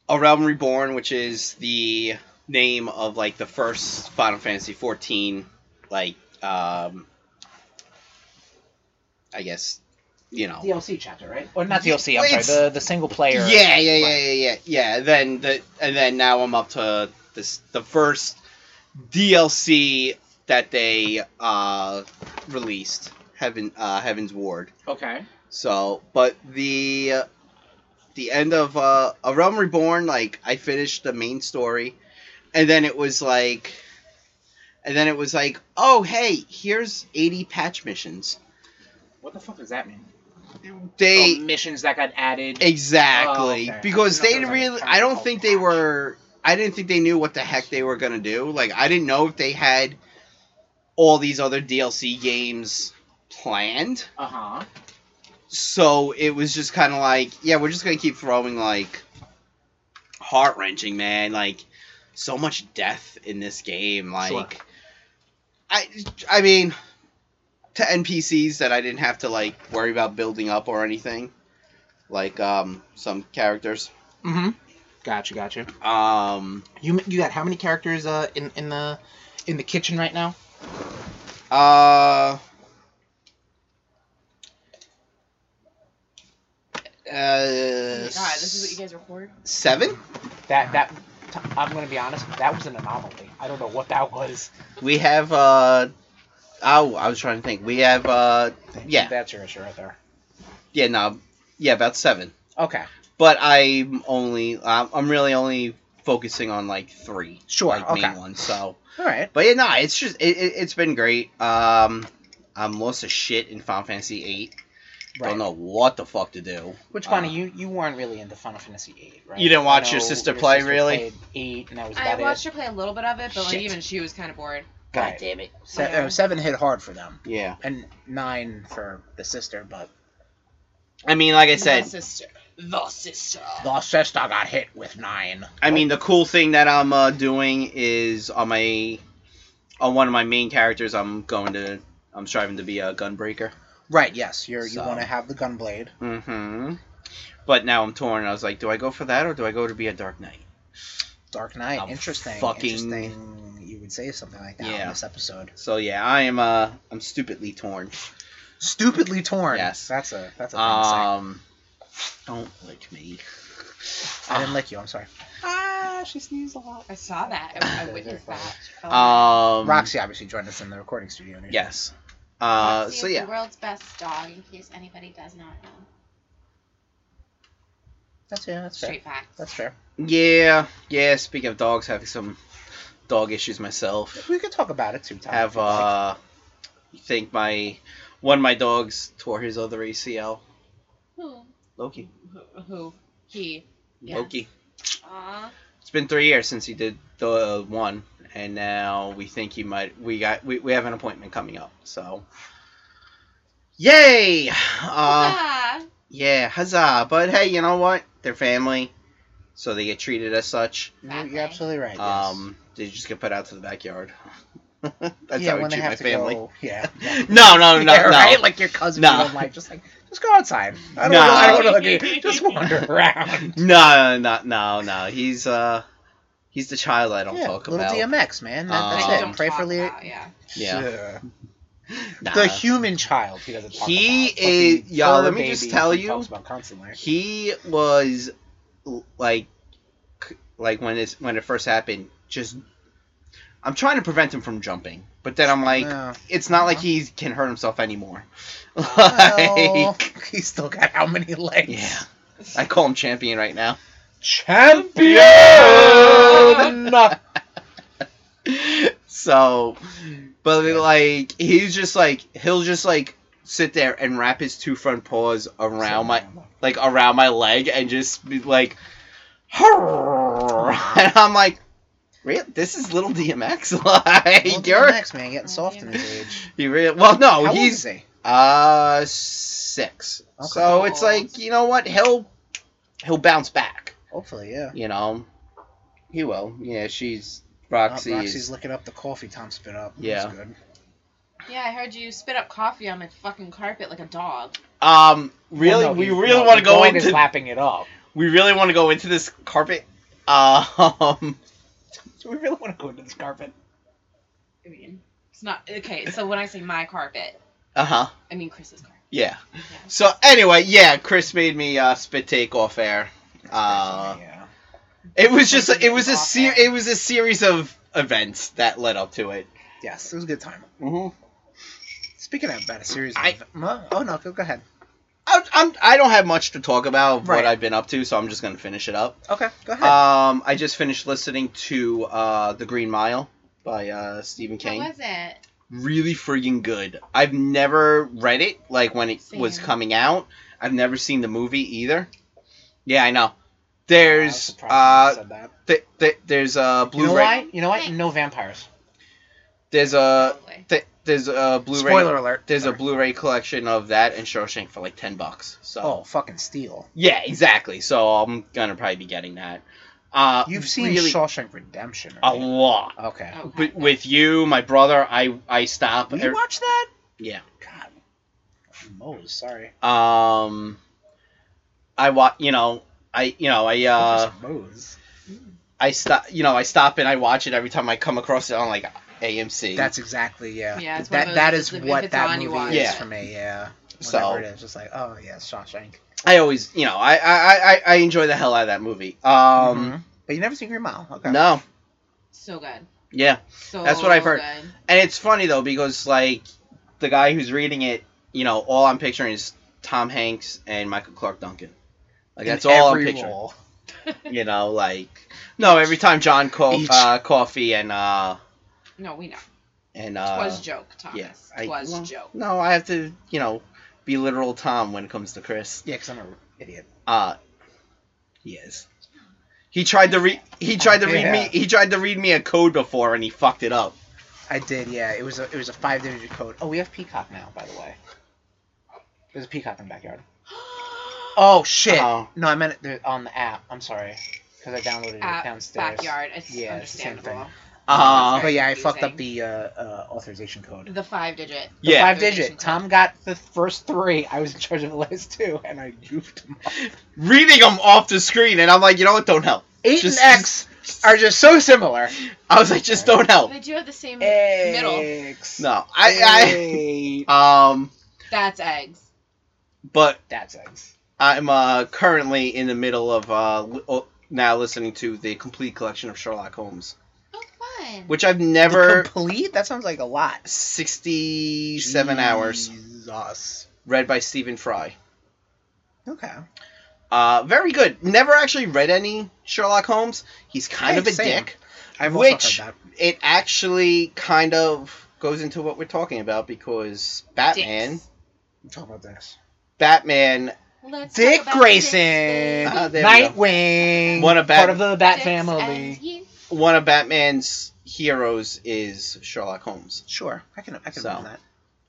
Speaker 2: A Realm Reborn, which is the name of like the first Final Fantasy fourteen, like um, I guess you know.
Speaker 1: DLC chapter, right? Or not DLC. I'm
Speaker 2: It's-
Speaker 1: sorry. The the single player.
Speaker 2: Yeah, yeah, yeah, yeah, yeah, yeah. Then the and then now I'm up to this the first DLC that they uh released, Heaven uh Heaven's Ward.
Speaker 1: Okay.
Speaker 2: So, but the uh, the end of uh, A Realm Reborn, like I finished the main story, and then it was like, and then it was like, oh hey, here's eighty patch missions.
Speaker 1: What the fuck does that mean?
Speaker 2: They
Speaker 1: Oh, missions that got added.
Speaker 2: exactly
Speaker 1: Oh, okay.
Speaker 2: because
Speaker 1: I didn't know
Speaker 2: they
Speaker 1: there was, like,
Speaker 2: really,
Speaker 1: a
Speaker 2: I don't
Speaker 1: patch.
Speaker 2: think they were, I didn't think they knew what the heck they were gonna do. Like I didn't know if they had all these other DLC games planned.
Speaker 1: Uh
Speaker 2: Uh-huh.
Speaker 1: huh.
Speaker 2: so it was just kind of like, yeah, we're just gonna keep throwing like heart wrenching, man. Like so much death in this game. Like,
Speaker 1: Sure.
Speaker 2: I, I mean, to NPCs that I didn't have to like worry about building up or anything, like um some characters.
Speaker 1: Mm hmm. Gotcha, gotcha.
Speaker 2: Um,
Speaker 1: You you got how many characters uh in in the in the kitchen right now?
Speaker 2: uh. Uh,
Speaker 3: God, this is what you guys record?
Speaker 2: seven.
Speaker 1: That that t- I'm gonna be honest, that was an anomaly. I don't know what that [laughs] was.
Speaker 2: We have uh oh I was trying to think. We have uh Yeah.
Speaker 1: That's your issue right there.
Speaker 2: yeah no yeah about seven.
Speaker 1: Okay.
Speaker 2: But I'm only I'm I'm really only focusing on like three
Speaker 1: Sure.
Speaker 2: like
Speaker 1: okay.
Speaker 2: main ones. So
Speaker 1: All right.
Speaker 2: but yeah no it's just it, it it's been great. Um I'm lost as shit in Final Fantasy eight.
Speaker 1: Right.
Speaker 2: Don't know what the fuck to do.
Speaker 1: Which funny,
Speaker 2: Uh,
Speaker 1: you you weren't really into Final Fantasy VIII, right?
Speaker 2: You didn't
Speaker 1: I
Speaker 2: watch your
Speaker 1: know
Speaker 2: sister play, really?
Speaker 1: played Eight, and that was
Speaker 3: I
Speaker 1: about
Speaker 3: watched
Speaker 1: it.
Speaker 3: her play a little bit of it, but like
Speaker 1: Shit.
Speaker 3: even she was kind of bored.
Speaker 1: God
Speaker 2: damn it.
Speaker 1: Se- uh, seven hit hard for them,
Speaker 2: Yeah.
Speaker 1: and nine for the sister, but
Speaker 2: I mean like I said,
Speaker 3: the sister, the sister.
Speaker 1: the sister got hit with nine.
Speaker 2: I mean, the cool thing that I'm uh, doing is on my on one of my main characters, I'm going to I'm striving to be a gunbreaker.
Speaker 1: right? Yes, you're you
Speaker 2: So-
Speaker 1: want to have the gunblade.
Speaker 2: Mm-hmm. But now I'm torn. I was like, do I go for that or do I go to be a dark knight?
Speaker 1: Dark Knight.
Speaker 2: I'm
Speaker 1: interesting.
Speaker 2: fucking-
Speaker 1: Interesting. You would say something like that
Speaker 2: Yeah.
Speaker 1: on this episode.
Speaker 2: So yeah, I am uh I'm stupidly torn.
Speaker 1: Stupidly torn.
Speaker 2: Yes.
Speaker 1: that's a that's a thing to say.
Speaker 2: Um, don't lick me.
Speaker 1: I
Speaker 2: uh,
Speaker 1: didn't lick you. I'm sorry.
Speaker 2: Ah, she sneezed a lot.
Speaker 3: I saw that.
Speaker 1: [laughs]
Speaker 3: I, I witnessed that.
Speaker 1: Uh,
Speaker 2: Um,
Speaker 1: Roxy obviously joined us in the recording studio. and-
Speaker 2: Yes. Uh, so yeah.
Speaker 3: The world's best dog, in case anybody does not know.
Speaker 1: that's yeah, that's fair.
Speaker 3: Straight facts.
Speaker 1: That's fair.
Speaker 2: Yeah, yeah. Speaking of dogs, having some dog issues myself.
Speaker 1: We could talk about it too. Tom, if
Speaker 2: have
Speaker 1: you'd like.
Speaker 2: uh you think my one of my dogs tore his other ACL.
Speaker 3: Who?
Speaker 2: Loki.
Speaker 3: Who? who? He. Yeah.
Speaker 2: Loki.
Speaker 3: Aw.
Speaker 2: It's been three years since he did the one and now we think he might we got we, we have an appointment coming up, so Yay! Uh
Speaker 3: Huzzah!
Speaker 2: yeah, huzzah. But hey, you know what? They're family. So they get treated as such.
Speaker 1: You're, you're absolutely right. Yes.
Speaker 2: Um they just get put out to the backyard. [laughs] That's
Speaker 1: yeah,
Speaker 2: how we
Speaker 1: when they
Speaker 2: treat
Speaker 1: have
Speaker 2: my
Speaker 1: to
Speaker 2: family.
Speaker 1: Go, yeah.
Speaker 2: [laughs]
Speaker 1: [laughs]
Speaker 2: No, no, no,
Speaker 1: Yeah,
Speaker 2: no.
Speaker 1: Right? Like your cousin
Speaker 2: No.
Speaker 1: you don't like, just like, just go outside. I don't,
Speaker 2: No.
Speaker 1: know, I don't wanna look at you.
Speaker 2: [laughs]
Speaker 1: Just wander around.
Speaker 2: No, no, no, no. He's uh, he's the child I don't
Speaker 1: yeah,
Speaker 2: talk
Speaker 1: little
Speaker 2: about.
Speaker 1: DMX, man. That,
Speaker 2: Um,
Speaker 3: Like,
Speaker 1: that's
Speaker 3: you
Speaker 1: it.
Speaker 3: don't
Speaker 1: uh, Pray
Speaker 3: talk
Speaker 1: for Leo.
Speaker 3: about, Yeah.
Speaker 2: Yeah, Nah.
Speaker 1: The human child he doesn't talk
Speaker 2: He
Speaker 1: about.
Speaker 2: is-
Speaker 1: Fucking
Speaker 2: y'all,
Speaker 1: fur
Speaker 2: let me just
Speaker 1: baby
Speaker 2: tell
Speaker 1: he
Speaker 2: you,
Speaker 1: Talks about constantly.
Speaker 2: he was l- like, c- like when it's when it first happened. Just, I'm trying to prevent him from jumping, but then I'm like, [laughs]
Speaker 1: Yeah.
Speaker 2: it's not like he can hurt himself anymore. [laughs]
Speaker 1: Well, [laughs]
Speaker 2: Like,
Speaker 1: he's still got how many legs?
Speaker 2: yeah, I call him champion right now. [laughs]
Speaker 1: Champion!
Speaker 2: so but
Speaker 1: Yeah.
Speaker 2: like he's just like he'll just like sit there and wrap his two front paws [laughs] around my like around my leg and just be like [laughs] and i'm like really this is little dmx
Speaker 1: Well,
Speaker 2: [laughs] like you're
Speaker 1: DMX, man, getting soft in his age.
Speaker 2: you really well no
Speaker 1: How old
Speaker 2: Oh, he's
Speaker 1: is he?
Speaker 2: uh six
Speaker 1: Okay.
Speaker 2: so it's like you know what he'll he'll bounce back
Speaker 1: Hopefully, yeah.
Speaker 2: you know he will yeah she's
Speaker 1: Not
Speaker 2: roxy
Speaker 1: Roxy's
Speaker 2: is
Speaker 1: licking up the coffee Tom spit up. That's
Speaker 2: Yeah.
Speaker 1: good.
Speaker 3: Yeah, I heard you spit up coffee on my fucking carpet like a dog.
Speaker 2: Um, really,
Speaker 1: Well, no,
Speaker 2: we
Speaker 1: he-
Speaker 2: really
Speaker 1: no,
Speaker 2: want to
Speaker 1: the
Speaker 2: go
Speaker 1: dog is
Speaker 2: into
Speaker 1: lapping it up. [laughs]
Speaker 2: we really want to go into this carpet [laughs] Um, do we really want to go into this carpet?
Speaker 3: I mean, it's not okay. So when I say my carpet,
Speaker 2: Uh huh.
Speaker 3: I mean Chris's carpet.
Speaker 2: Yeah. So anyway, yeah, Chris made me uh, spit take off air. Uh,
Speaker 1: yeah.
Speaker 2: it was just it was a
Speaker 3: Off
Speaker 2: ser-
Speaker 3: air.
Speaker 2: it was a series of events that led up to it.
Speaker 1: Yes, it was a good time.
Speaker 2: Mm-hmm.
Speaker 1: Speaking of about a series,
Speaker 2: I-
Speaker 1: of, Mo- oh no, go, go ahead.
Speaker 2: I, I'm I don't have much to talk about of
Speaker 1: Right.
Speaker 2: what I've been up to, so I'm just gonna finish it up.
Speaker 1: Okay, go ahead.
Speaker 2: Um, I just finished listening to uh, The Green Mile by uh, Stephen King.
Speaker 3: How was it?
Speaker 2: really friggin' good. I've never read it like when it was
Speaker 3: Same.
Speaker 2: coming out. I've never seen the movie either. Yeah, I know. There's
Speaker 1: I
Speaker 2: uh,
Speaker 1: was surprised when you said that.
Speaker 2: th- th- there's a
Speaker 1: you know
Speaker 2: Blu-ray.
Speaker 1: why? You know why?
Speaker 3: Thanks.
Speaker 1: No vampires.
Speaker 2: There's
Speaker 1: Uh,
Speaker 2: a
Speaker 3: Probably.
Speaker 2: th- there's a Blu-ray.
Speaker 1: Spoiler alert.
Speaker 2: There's a
Speaker 1: Sorry.
Speaker 2: Blu-ray collection of that and Shawshank for like ten bucks. So
Speaker 1: Oh, fucking steal.
Speaker 2: yeah, exactly. So I'm gonna probably be getting that. Uh,
Speaker 1: You've seen
Speaker 2: really
Speaker 1: Shawshank Redemption.
Speaker 2: a
Speaker 1: Right?
Speaker 2: lot.
Speaker 1: okay.
Speaker 3: Oh,
Speaker 2: But with you, my brother, I I stop. er,
Speaker 1: Will you watch that?
Speaker 2: yeah.
Speaker 1: God. Mose, sorry.
Speaker 2: Um, I wa you know, I you know, I uh,
Speaker 1: Mose.
Speaker 2: I stop, you know, I stop and I watch it every time I come across it on like AMC.
Speaker 1: That's exactly yeah.
Speaker 3: Yeah, it's one of
Speaker 1: that
Speaker 3: those-
Speaker 1: that is
Speaker 3: if
Speaker 1: what
Speaker 3: it's
Speaker 1: that
Speaker 3: on, you
Speaker 1: movie
Speaker 3: watch
Speaker 1: is
Speaker 2: it.
Speaker 1: for me. Yeah.
Speaker 2: So-
Speaker 1: Whatever it is, just like oh yeah, Shawshank.
Speaker 2: I always, you know, I I I, I enjoy the hell out of that movie. Um,
Speaker 1: Mhm. but you never seen Green Mile. Okay.
Speaker 2: no,
Speaker 3: so good.
Speaker 2: yeah,
Speaker 3: So
Speaker 2: That's what I've heard.
Speaker 3: good.
Speaker 2: and it's funny though because like the guy who's reading it, you know, all I'm picturing is Tom Hanks and Michael Clark Duncan. Like that's
Speaker 1: In
Speaker 2: all I'm
Speaker 1: every
Speaker 2: picturing.
Speaker 1: role.
Speaker 2: You know, like no, every time John Co-
Speaker 1: Each-
Speaker 2: uh, Coffee and uh
Speaker 3: [laughs] No, we know.
Speaker 2: and uh.
Speaker 3: Twas joke, Thomas.
Speaker 2: Yes,
Speaker 3: Twas
Speaker 2: well,
Speaker 3: joke. [gasps]
Speaker 2: No, I have to, you know, be literal Tom when it comes to Chris.
Speaker 1: Yeah, because I'm an idiot.
Speaker 2: Uh he is. He tried to read. He tried to read
Speaker 1: Yeah.
Speaker 2: me. He tried to read me a code before, and he fucked it up.
Speaker 1: I did. Yeah, it was a it was a five digit code. Oh, we have Peacock now, by the way. There's a peacock in the backyard. Oh shit!
Speaker 2: Oh.
Speaker 1: No, I meant it on the app. I'm sorry, because I downloaded it
Speaker 3: App,
Speaker 1: downstairs.
Speaker 3: Backyard. It's
Speaker 1: Yeah, it's the same
Speaker 3: understandable.
Speaker 2: Uh,
Speaker 1: But yeah, I
Speaker 3: Confusing.
Speaker 1: fucked up the uh, uh, authorization code.
Speaker 3: The five digit.
Speaker 1: The
Speaker 2: Yeah.
Speaker 1: five
Speaker 3: Authorization
Speaker 1: digit.
Speaker 3: code.
Speaker 1: Tom got the first three. I was in charge of the last two, and I goofed him. up.
Speaker 2: reading him off the screen, and I'm like, you know what? Don't help.
Speaker 1: Eight
Speaker 2: Just-
Speaker 1: and X are just so similar.
Speaker 2: I was like, just don't help.
Speaker 3: They do have the same Mm, middle.
Speaker 1: X.
Speaker 2: No, I,
Speaker 1: Eight.
Speaker 2: I, um,
Speaker 3: That's eggs.
Speaker 2: but
Speaker 1: That's X.
Speaker 2: I'm uh currently in the middle of uh li- oh, now listening to the complete collection of Sherlock Holmes,
Speaker 3: Oh, fun.
Speaker 2: which I've
Speaker 1: The
Speaker 2: never
Speaker 1: complete? That sounds like a lot.
Speaker 2: sixty-seven hours.
Speaker 1: Jesus.
Speaker 2: read by Stephen Fry.
Speaker 1: Okay.
Speaker 2: Uh, very good. Never actually read any Sherlock Holmes. He's kind
Speaker 1: Hey,
Speaker 2: of a
Speaker 1: same.
Speaker 2: dick.
Speaker 1: I've
Speaker 2: Which-
Speaker 1: also heard that.
Speaker 2: It actually kind of goes into what we're talking about because Batman,
Speaker 3: Dicks.
Speaker 1: I'm talking about this.
Speaker 2: Batman,
Speaker 3: Let's talk
Speaker 1: Dick
Speaker 3: about
Speaker 1: Grayson, Uh,
Speaker 2: Ah,
Speaker 3: dicks, baby.
Speaker 2: there we go.
Speaker 1: Nightwing,
Speaker 2: One of Bat-
Speaker 1: part of the Bat
Speaker 3: Dicks
Speaker 1: family.
Speaker 3: and you.
Speaker 2: one of Batman's heroes is Sherlock Holmes.
Speaker 1: Sure, I can I can
Speaker 2: So.
Speaker 1: run that.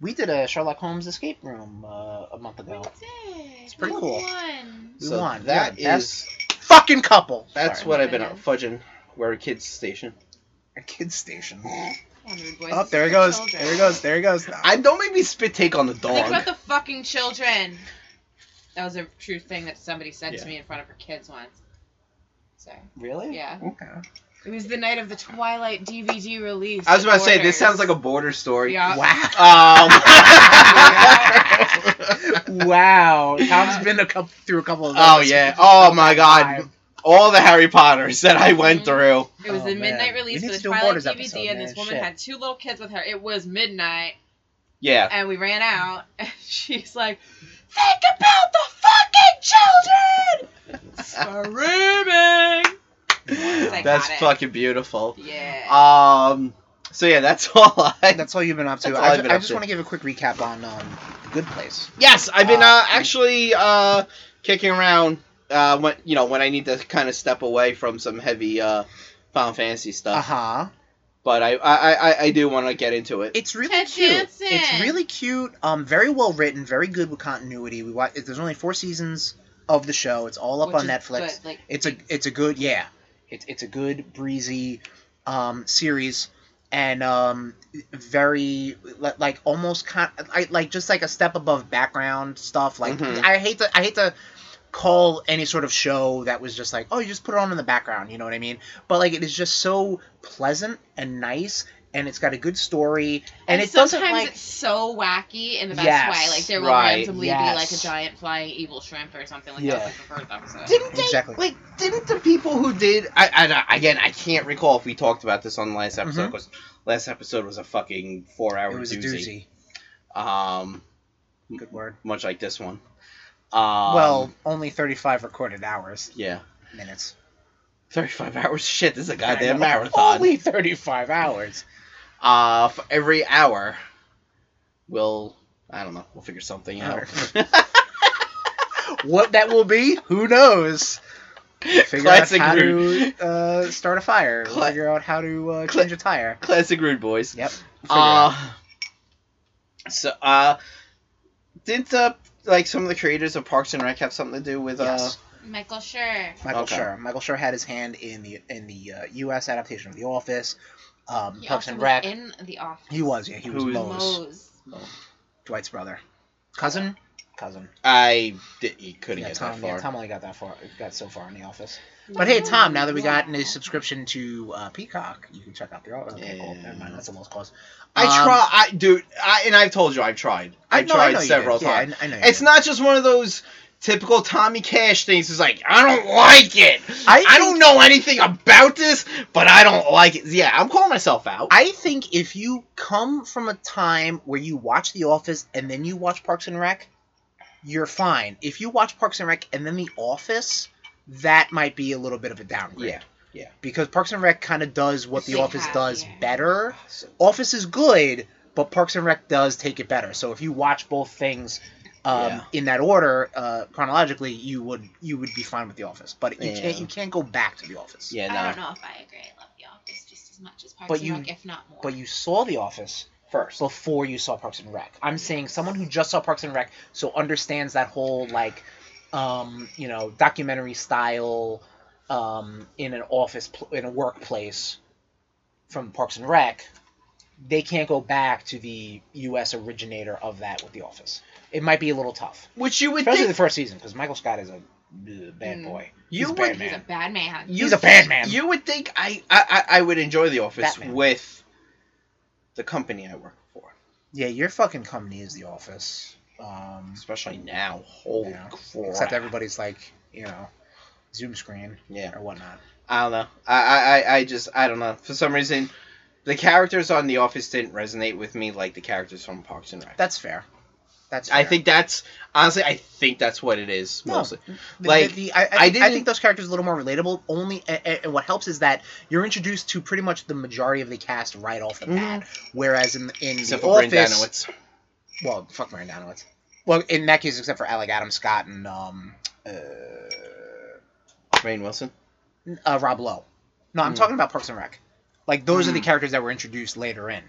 Speaker 1: We did a Sherlock Holmes escape room uh, a month ago.
Speaker 3: It's
Speaker 1: pretty cool.
Speaker 3: One.
Speaker 1: We
Speaker 2: so
Speaker 1: won.
Speaker 2: that
Speaker 1: Yeah,
Speaker 2: is-
Speaker 1: Fucking couple.
Speaker 2: that's
Speaker 1: Sorry.
Speaker 2: what I've been
Speaker 3: Okay.
Speaker 2: fudging. We're a kids station.
Speaker 1: a kids station.
Speaker 3: Wondered Boys
Speaker 1: Oh,
Speaker 3: is
Speaker 1: there he
Speaker 3: for
Speaker 1: goes.
Speaker 3: children.
Speaker 1: There he goes. There he [laughs] goes. No.
Speaker 2: I don't make me spit take on the
Speaker 3: Think
Speaker 2: dog.
Speaker 3: about the fucking children. That was a true thing that somebody said
Speaker 2: Yeah.
Speaker 3: to me in front of her kids once. So
Speaker 1: really?
Speaker 3: yeah,
Speaker 1: Okay.
Speaker 3: it was the night of the Twilight DVD release.
Speaker 2: I was about to
Speaker 3: at
Speaker 2: say this sounds
Speaker 3: Borders.
Speaker 2: like a border story.
Speaker 1: Uh,
Speaker 3: Yeah. [laughs]
Speaker 1: Wow.
Speaker 2: Um,
Speaker 1: uh, wow. [laughs] Tom's been a couple through a couple of.
Speaker 2: [laughs] Oh,
Speaker 1: those.
Speaker 2: yeah. Oh, my God. all the Harry Potters that I went
Speaker 3: Mhm.
Speaker 2: through.
Speaker 3: It was
Speaker 1: Oh,
Speaker 3: the
Speaker 1: man.
Speaker 3: midnight
Speaker 1: We
Speaker 3: release
Speaker 1: need
Speaker 3: for the
Speaker 1: to do a
Speaker 3: Twilight
Speaker 1: Borders
Speaker 3: DVD,
Speaker 1: episode,
Speaker 3: and
Speaker 1: man.
Speaker 3: this woman
Speaker 1: Shit.
Speaker 3: had two little kids with her. It was midnight,
Speaker 2: Yeah.
Speaker 3: and we ran out. [laughs] And she's like, "Think about the fucking
Speaker 2: [laughs]
Speaker 3: children!" Screaming. I
Speaker 2: That's
Speaker 3: got it.
Speaker 2: fucking beautiful.
Speaker 3: Yeah.
Speaker 2: Um. So yeah, that's [laughs] all I.
Speaker 1: That's all you've been up to.
Speaker 2: That's all
Speaker 1: I,
Speaker 2: I've
Speaker 1: ju-
Speaker 2: been
Speaker 1: I
Speaker 2: up
Speaker 1: just
Speaker 2: to.
Speaker 1: want to give a quick recap on um, the Good Place.
Speaker 2: yes, I've been uh,
Speaker 1: Uh,
Speaker 2: actually uh kicking around uh when you know when I need to kind of step away from some heavy uh Final Fantasy
Speaker 1: Uh
Speaker 2: stuff,
Speaker 1: huh.
Speaker 2: but I I I, I do want to get into it.
Speaker 1: It's really
Speaker 3: Ted
Speaker 1: cute.
Speaker 3: Danson.
Speaker 1: It's really cute. Um, very well written. Very good with continuity. We watch. There's only four seasons of the show. It's all up
Speaker 3: Which
Speaker 1: on
Speaker 3: is
Speaker 1: Netflix.
Speaker 3: good, like,
Speaker 1: It's a it's a good yeah. It's it's a good breezy, um, series, and um, very li- like almost con- I, like just like a step above background stuff. Like
Speaker 2: Mhm.
Speaker 1: I hate to I hate to call any sort of show that was just like, oh, you just put it on in the background, you know what I mean? But like, it is just so pleasant and nice, and it's got a good story, and, it
Speaker 3: sometimes
Speaker 1: doesn't like.
Speaker 3: it's so wacky in the best
Speaker 1: Yes,
Speaker 3: way. Like there will
Speaker 2: right,
Speaker 3: randomly be like a
Speaker 1: yes.
Speaker 3: giant flying evil shrimp or something like
Speaker 1: Yeah.
Speaker 3: that. was Like the first episode.
Speaker 2: Didn't they
Speaker 1: Uh, Exactly.
Speaker 2: like? Didn't the people who did? I, I- I- again, I can't recall if we talked about this on the last episode
Speaker 1: Mhm.
Speaker 2: because last episode was a fucking four-hour
Speaker 1: It was a
Speaker 2: doozy.
Speaker 1: doozy.
Speaker 2: Um,
Speaker 1: Good word.
Speaker 2: much like this one. Um,
Speaker 1: well, only 35 recorded hours,
Speaker 2: yeah,
Speaker 1: minutes.
Speaker 2: thirty-five hours. Shit, this is a
Speaker 1: I know.
Speaker 2: goddamn marathon.
Speaker 1: Only 35 hours.
Speaker 2: Uh, for every hour, we'll I don't know. We'll figure something
Speaker 1: Oh. [laughs]
Speaker 2: out.
Speaker 1: What that will be, who
Speaker 2: [laughs]
Speaker 1: knows? Figure
Speaker 2: Classic
Speaker 1: out how
Speaker 2: rude.
Speaker 1: to uh, start a fire.
Speaker 2: Cla-
Speaker 1: figure out how to uh,
Speaker 2: Cla-
Speaker 1: change a tire.
Speaker 2: Classic rude boys.
Speaker 1: Yep. Figure it out.
Speaker 2: Uh, so uh, didn't uh, like some of the creators of Parks and Rec have something to do with uh?
Speaker 1: Yes.
Speaker 3: Michael Schur.
Speaker 1: Michael
Speaker 2: Okay.
Speaker 1: Schur. Michael Schur had his hand in the in the uh, U.S. adaptation of The Office, um,
Speaker 3: He
Speaker 1: Parks
Speaker 3: also
Speaker 1: and
Speaker 3: was
Speaker 1: Rec.
Speaker 3: in the office.
Speaker 1: He was, yeah, he was
Speaker 2: Who is-
Speaker 1: Lois,
Speaker 3: Moe's.
Speaker 1: Dwight's brother, cousin, cousin.
Speaker 2: I di- you couldn't
Speaker 1: Yeah,
Speaker 2: get
Speaker 1: Tom.
Speaker 2: that
Speaker 1: Yeah,
Speaker 2: far.
Speaker 1: Tom only got that far. Got so far in The Office. But hey, Tom, now that we got
Speaker 3: Wow.
Speaker 1: a subscription to uh, Peacock, you can check out The Office. Okay, cool.
Speaker 2: Yeah.
Speaker 1: Never mind, that's a lost cause.
Speaker 2: I
Speaker 1: Um,
Speaker 2: try, I dude, I and I've told you I've tried. I've
Speaker 1: know-
Speaker 2: tried
Speaker 1: know you
Speaker 2: several
Speaker 1: did.
Speaker 2: times.
Speaker 1: Yeah, I, I know. you
Speaker 2: It's
Speaker 1: did.
Speaker 2: not just one of those typical Tommy Cash things. It's like I don't like it.
Speaker 1: I
Speaker 2: I, don't know anything about this, but I don't like it. Yeah, I'm calling myself out.
Speaker 1: I think if you come from a time where you watch The Office and then you watch Parks and Rec, you're fine. If you watch Parks and Rec and then The Office, that might be a little bit of a downgrade.
Speaker 2: Yeah, yeah.
Speaker 1: Because Parks and Rec kind of does what The
Speaker 3: They
Speaker 1: Office
Speaker 3: have,
Speaker 1: does
Speaker 3: yeah.
Speaker 1: better. Office is good, but Parks and Rec does take it better. So if you watch both things um,
Speaker 2: Yeah.
Speaker 1: in that order uh, chronologically, you would you would be fine with The Office. But you
Speaker 2: Yeah.
Speaker 1: can't you can't go back to The Office.
Speaker 2: yeah,
Speaker 3: I
Speaker 2: no.
Speaker 3: don't know if I agree. I love The Office just as much as Parks
Speaker 1: But
Speaker 3: and
Speaker 1: you-
Speaker 3: Rec, if not more.
Speaker 1: But you saw The Office
Speaker 2: First,
Speaker 1: before you saw Parks and Rec. I'm saying someone who just saw Parks and Rec, so understands that whole like, um, you know, documentary style, um, in an office pl- in a workplace, from Parks and Rec, they can't go back to the U.S. originator of that with The Office. It might be a little tough,
Speaker 2: which you would
Speaker 1: especially the
Speaker 2: think
Speaker 1: first season, because Michael Scott is a uh, bad
Speaker 3: Mm.
Speaker 1: boy.
Speaker 2: you
Speaker 1: he's
Speaker 2: would
Speaker 1: bad,
Speaker 3: He's a
Speaker 1: man.
Speaker 3: bad man.
Speaker 1: He's a bad man.
Speaker 2: You would think I I, I I would enjoy The Office
Speaker 1: Batman.
Speaker 2: with the company I work for,
Speaker 1: Yeah, your fucking company is The Office. Um,
Speaker 2: especially now. Holy
Speaker 1: Yeah.
Speaker 2: crap!
Speaker 1: except everybody's like, you know, Zoom screen
Speaker 2: yeah,
Speaker 1: or whatnot.
Speaker 2: I don't know. I, I I I just I don't know. For some reason, the characters on The Office didn't resonate with me like the characters from Parks and Rec.
Speaker 1: That's fair. That's
Speaker 2: I
Speaker 1: fair.
Speaker 2: think that's honestly, I think that's what it is
Speaker 1: No,
Speaker 2: mostly.
Speaker 1: The-
Speaker 2: like,
Speaker 1: the, the, I, I,
Speaker 2: I
Speaker 1: think, I
Speaker 2: didn't-
Speaker 1: think those characters are a little more relatable. Only and, and what helps is that you're introduced to pretty much the majority of the cast right off the bat. Whereas in in
Speaker 2: Mm-hmm. Except
Speaker 1: the
Speaker 2: for Brent
Speaker 1: office,
Speaker 2: Danowitz.
Speaker 1: well, fuck Brian Danowitz. Well, in that case, except for Alec Adam Scott and um, uh,
Speaker 2: Rain Wilson.
Speaker 1: uh, Rob Lowe. No, I'm
Speaker 2: Mm.
Speaker 1: talking about Parks and Rec. Like those are the
Speaker 2: Mm.
Speaker 1: characters that were introduced later in.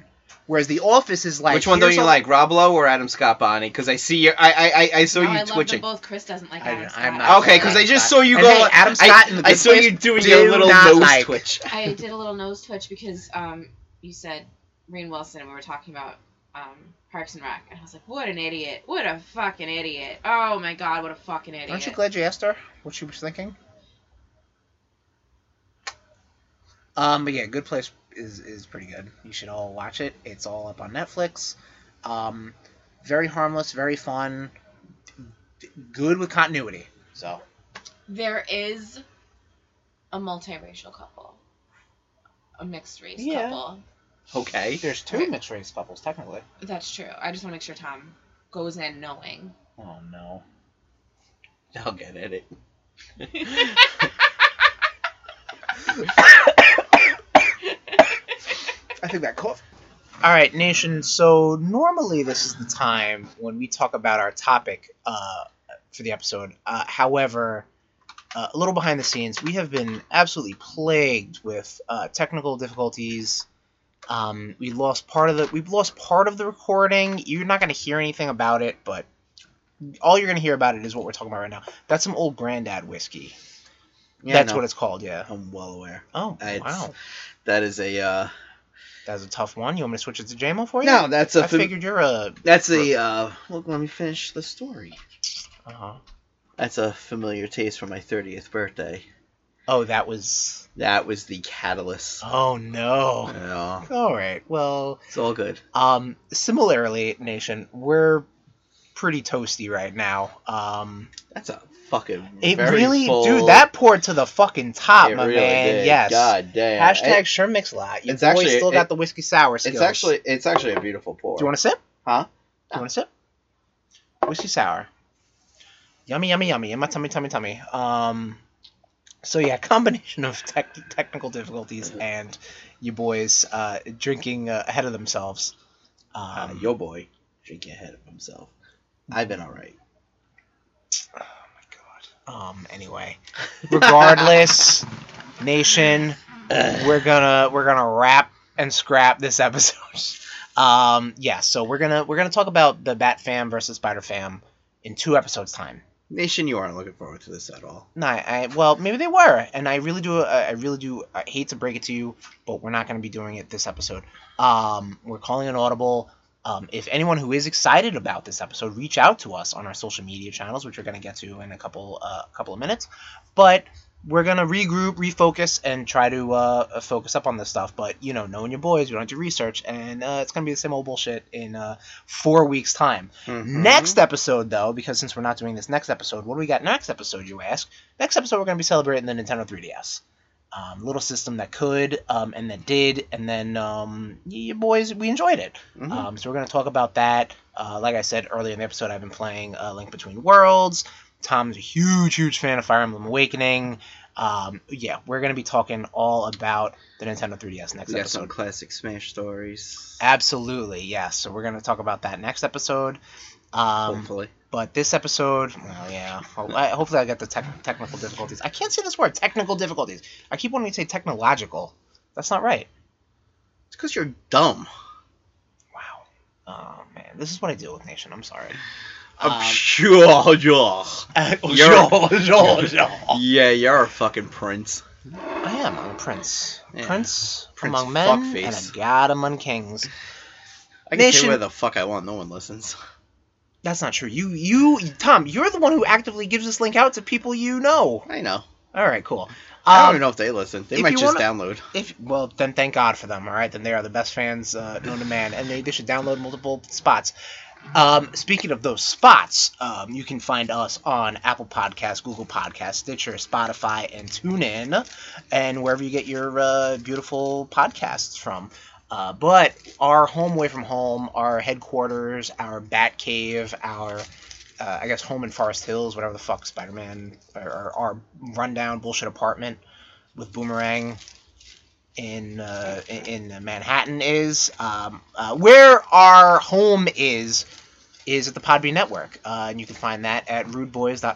Speaker 1: Whereas the Office is like
Speaker 2: Which one don't
Speaker 1: here's
Speaker 2: you
Speaker 1: all-
Speaker 2: like, Rob Lowe or Adam Scott Bonnie? Because I see your, I, I, I, I saw
Speaker 3: No,
Speaker 2: you
Speaker 3: I love them
Speaker 2: twitching.
Speaker 3: both. Chris doesn't like
Speaker 1: I
Speaker 3: Adam
Speaker 1: don't- I'm
Speaker 3: Scott.
Speaker 1: not
Speaker 2: Okay,
Speaker 1: sure.
Speaker 2: because I
Speaker 1: Adam
Speaker 2: just
Speaker 1: Scott.
Speaker 2: saw you
Speaker 1: And
Speaker 2: go.
Speaker 1: hey,
Speaker 2: like-
Speaker 1: Adam
Speaker 2: I-
Speaker 1: Scott in The
Speaker 2: I
Speaker 1: Good
Speaker 2: saw
Speaker 1: Place
Speaker 2: you doing
Speaker 1: do
Speaker 2: your little
Speaker 1: not
Speaker 2: nose
Speaker 1: like. [laughs]
Speaker 2: twitch.
Speaker 3: I did a little nose twitch because um, you said Rain Wilson and we were talking about um, Parks and Rec. And I was like, what an idiot. What a fucking idiot. Oh my god, what a fucking idiot.
Speaker 1: Aren't you glad you asked her what she was thinking? Um, but yeah, Good Place is is pretty good. You should all watch it. It's all up on Netflix. Um, very harmless, very fun, d- good with continuity. So
Speaker 3: There is a multiracial couple, a mixed race
Speaker 1: Yeah.
Speaker 3: couple.
Speaker 2: Okay.
Speaker 1: there's two mixed race couples technically.
Speaker 3: That's true. I just want to make sure Tom goes in knowing.
Speaker 1: Oh no.
Speaker 2: I'll get at it.
Speaker 1: I think that cough. All right, nation. So normally this is the time when we talk about our topic uh, for the episode. Uh, however, uh, a little behind the scenes, we have been absolutely plagued with uh, technical difficulties. Um, we lost part of the we've lost part of the recording. You're not going to hear anything about it, but all you're going to hear about it is what we're talking about right now. That's some old granddad whiskey. That's what it's called. Yeah.
Speaker 2: I'm well aware.
Speaker 1: Oh
Speaker 2: Uh, It's-
Speaker 1: wow,
Speaker 2: That is a. uh
Speaker 1: that was a tough one. You want me to switch it to JMO for you?
Speaker 2: No, that's
Speaker 1: I
Speaker 2: a. fam-
Speaker 1: figured you're a
Speaker 2: that's a. uh Look, let me finish the story.
Speaker 1: Uh huh.
Speaker 2: That's a familiar taste for my 30th birthday.
Speaker 1: Oh, that was.
Speaker 2: That was the catalyst.
Speaker 1: Oh no.
Speaker 2: Yeah,
Speaker 1: All right. Well,
Speaker 2: it's all good.
Speaker 1: um, similarly, nation, we're pretty toasty right now. Um,
Speaker 2: That's a fucking.
Speaker 1: it
Speaker 2: very
Speaker 1: really,
Speaker 2: full-
Speaker 1: dude, that poured to the fucking top,
Speaker 2: it
Speaker 1: my
Speaker 2: really
Speaker 1: man.
Speaker 2: did.
Speaker 1: Yes.
Speaker 2: God damn.
Speaker 1: Hashtag
Speaker 2: It-
Speaker 1: sure mix a lot. Your
Speaker 2: it's
Speaker 1: boy
Speaker 2: actually-
Speaker 1: still
Speaker 2: it-
Speaker 1: got the whiskey sour skills.
Speaker 2: it's actually it's actually a beautiful pour.
Speaker 1: Do you want to sip?
Speaker 2: Huh?
Speaker 1: Do you want to sip? Whiskey sour. Yummy, yummy, yummy. In my tummy, tummy, tummy. Um. So yeah, [laughs] combination of tech technical difficulties and you boys uh, drinking uh, ahead of themselves.
Speaker 2: Uh,
Speaker 1: Um,
Speaker 2: yo boy, drinking ahead of himself. I've been
Speaker 1: [clears throat]
Speaker 2: all right.
Speaker 1: oh God. Um.
Speaker 2: [laughs]
Speaker 1: Anyway, regardless, nation, [laughs] we're gonna we're gonna wrap and scrap this episode. [laughs] Um. Yeah. So we're gonna we're gonna talk about the Bat Fam versus Spider Fam in two episodes time.
Speaker 2: Nation, you aren't looking forward to this at all.
Speaker 1: No, I, I well maybe they were, and I really do. I I really do. I hate to break it to you, but we're not going to be doing it this episode. Um, we're calling an audible. Um, if anyone who is excited about this episode, reach out to us on our social media channels, which we're going to get to in a couple uh, couple of minutes. But we're going to regroup, refocus, and try to uh, focus up on this stuff. But you know, knowing your boys, we don't have to research, and uh, it's going to be the same old bullshit in uh, four weeks' time. Mm-hmm.
Speaker 2: Mm-hmm.
Speaker 1: Next episode, though, because since we're not doing this next episode, what do we got next episode, you ask? Next episode, we're going to be celebrating the Nintendo 3DS. Um, little system that could, um, and that did, and then, um, y- you boys, we enjoyed it.
Speaker 2: Mhm.
Speaker 1: Um, so we're going to talk about that. Uh, like I said earlier in the episode, I've been playing uh, Link Between Worlds. Tom's a huge, huge fan of Fire Emblem Awakening. Um, yeah, we're going to be talking all about the Nintendo 3DS next
Speaker 2: we got some
Speaker 1: episode.
Speaker 2: classic Smash stories.
Speaker 1: Absolutely, yes. So we're going to talk about that next episode. Um,
Speaker 2: hopefully,
Speaker 1: but this episode, well, yeah. Ho- I, hopefully, I get the tech technical difficulties. I can't say this word, technical difficulties. I keep wanting to say technological. That's not right.
Speaker 2: it's because you're dumb.
Speaker 1: Wow. Oh man, this is what I deal with, Nation. I'm sorry. [laughs]
Speaker 2: I'm
Speaker 1: Um,
Speaker 2: sure you're. [laughs]
Speaker 1: Sure, sure, sure.
Speaker 2: Yeah, you're a fucking prince.
Speaker 1: I am. I'm a prince.
Speaker 2: Yeah.
Speaker 1: Prince,
Speaker 2: Prince
Speaker 1: among men and
Speaker 2: fuckface.
Speaker 1: a god among kings.
Speaker 2: I can say
Speaker 1: Nation-
Speaker 2: where the fuck I want. No one listens.
Speaker 1: That's not true. You, you, Tom, you're the one who actively gives this link out to people you know.
Speaker 2: I know.
Speaker 1: All right, cool.
Speaker 2: I don't
Speaker 1: Um,
Speaker 2: even know if they listen. They
Speaker 1: if
Speaker 2: might
Speaker 1: you
Speaker 2: just
Speaker 1: wanna-
Speaker 2: download.
Speaker 1: If well, then thank God for them. All right, then they are the best fans uh, known to man, and they, they should download multiple spots. Um, speaking of those spots, um, you can find us on Apple Podcasts, Google Podcasts, Stitcher, Spotify, and TuneIn, and wherever you get your uh, beautiful podcasts from. Uh, but our home away from home, our headquarters, our bat cave, our uh, I guess home in Forest Hills, whatever the fuck, Spider Man, or, or our rundown bullshit apartment with Boomerang in uh, in in Manhattan is um, uh, where our home is is at the Podbean network, uh, and you can find that at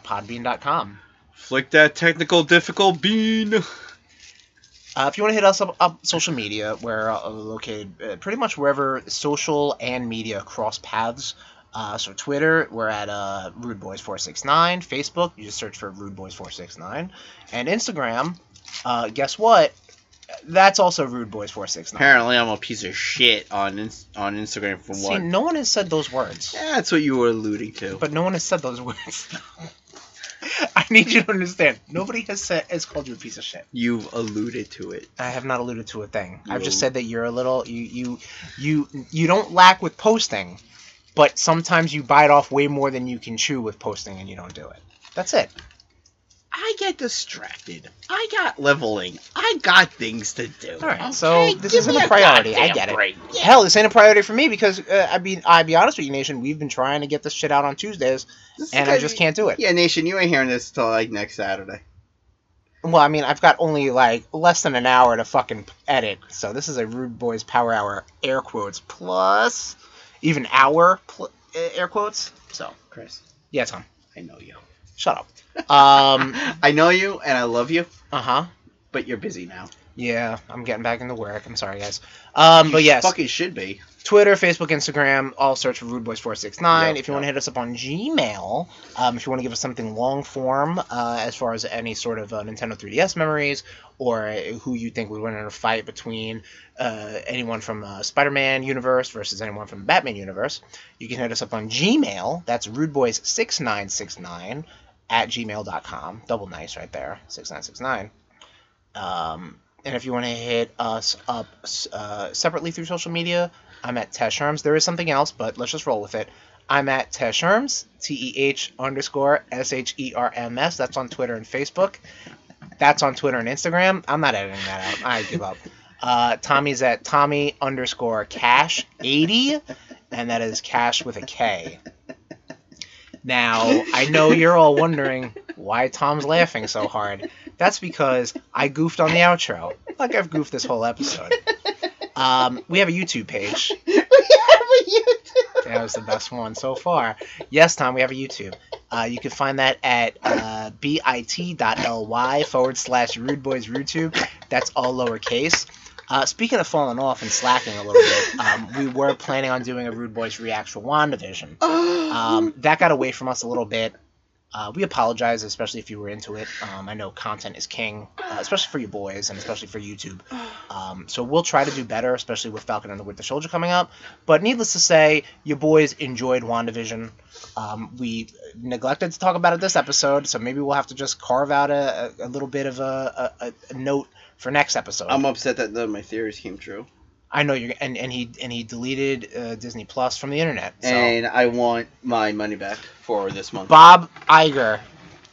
Speaker 1: rudeboys.podbean.com.
Speaker 2: Flick that technical difficult bean.
Speaker 1: Uh, if you want to hit us up, up social media, we're uh, located uh, pretty much wherever social and media cross paths. Uh, so Twitter, we're at uh, Rude Boys 469 Facebook, you just search for Rude Boys 469 And Instagram, uh, guess what? That's also Rude Boys 469
Speaker 2: Apparently, I'm a piece of shit on ins- on Instagram for
Speaker 1: See,
Speaker 2: what?
Speaker 1: no one has said those words.
Speaker 2: Yeah, that's what you were alluding to.
Speaker 1: But no one has said those words. [laughs] I need you to understand. Nobody has said has called you a piece of shit.
Speaker 2: You've alluded to it.
Speaker 1: I have not alluded to a thing. I've just
Speaker 2: You-
Speaker 1: said that you're a little you you you you don't lack with posting, but sometimes you bite off way more than you can chew with posting and you don't do it. That's it.
Speaker 2: I get distracted. I got leveling. I got things to do.
Speaker 1: All right. So this
Speaker 2: Give
Speaker 1: isn't
Speaker 2: me
Speaker 1: a priority. I
Speaker 2: goddamn
Speaker 1: get it.
Speaker 2: break. Yeah.
Speaker 1: Hell, this ain't a priority for me because uh, I mean, I be honest with you, Nation. We've been trying to get this shit out on Tuesdays,
Speaker 2: This is
Speaker 1: and I
Speaker 2: good.
Speaker 1: just can't do it.
Speaker 2: Yeah, Nation, you ain't hearing this till like next Saturday.
Speaker 1: Well, I mean, I've got only like less than an hour to fucking edit, so this is a Rude Boys Power Hour air quotes plus, even hour pl- eh, air quotes. So
Speaker 2: Chris,
Speaker 1: yeah, Tom,
Speaker 2: I know you.
Speaker 1: shut up. Um,
Speaker 2: I know you, and I love you,
Speaker 1: uh huh.
Speaker 2: but you're busy now.
Speaker 1: Yeah, I'm getting back into work. I'm sorry, guys. Um, but
Speaker 2: You
Speaker 1: yes,
Speaker 2: fucking should be.
Speaker 1: Twitter, Facebook, Instagram, all search for Rude Boys 469
Speaker 2: Yep,
Speaker 1: If you
Speaker 2: yep.
Speaker 1: want to hit us up on Gmail, um, if you want to give us something long form uh, as far as any sort of uh, Nintendo 3DS memories or uh, who you think would win in a fight between uh, anyone from uh, Spider Man universe versus anyone from Batman universe, you can hit us up on Gmail. That's rudeboys6969 at gmail.com. Double nice right there, 6969. Um, and if you want to hit us up uh, separately through social media, I'm at Tesh Herms. There is something else, but let's just roll with it. I'm at Tesh Herms, T E H underscore S H E R M S. That's on Twitter and Facebook. That's on Twitter and Instagram. I'm not editing that out. I give up. Uh, Tommy's at Tommy underscore cash 80, and that is cash with a K. Now, I know you're all wondering why Tom's laughing so hard. That's because I goofed on the outro, like I've goofed this whole episode. Um, we have a YouTube page.
Speaker 2: [laughs] we have a YouTube.
Speaker 1: That was the best one so far. Yes, Tom, we have a YouTube. Uh, you can find that at uh, bit.ly forward slash Rude Boys RudeTube. That's all lowercase. Uh, speaking of falling off and slacking a little bit, um, we were planning on doing a Rude Boys Reacts for WandaVision. Um, that got away from us a little bit. Uh, we apologize, especially if you were into it. Um, I know content is king, uh, especially for you boys and especially for YouTube. Um, so we'll try to do better, especially with Falcon and the Winter Soldier coming up. But needless to say, your boys enjoyed WandaVision. Um, we neglected to talk about it this episode, so maybe we'll have to just carve out a, a, a little bit of a, a, a note for next episode.
Speaker 2: I'm upset that none of my theories came true.
Speaker 1: I know you're, and, and he and he deleted uh, Disney Plus from the internet. So.
Speaker 2: And I want my money back for this month.
Speaker 1: Bob Iger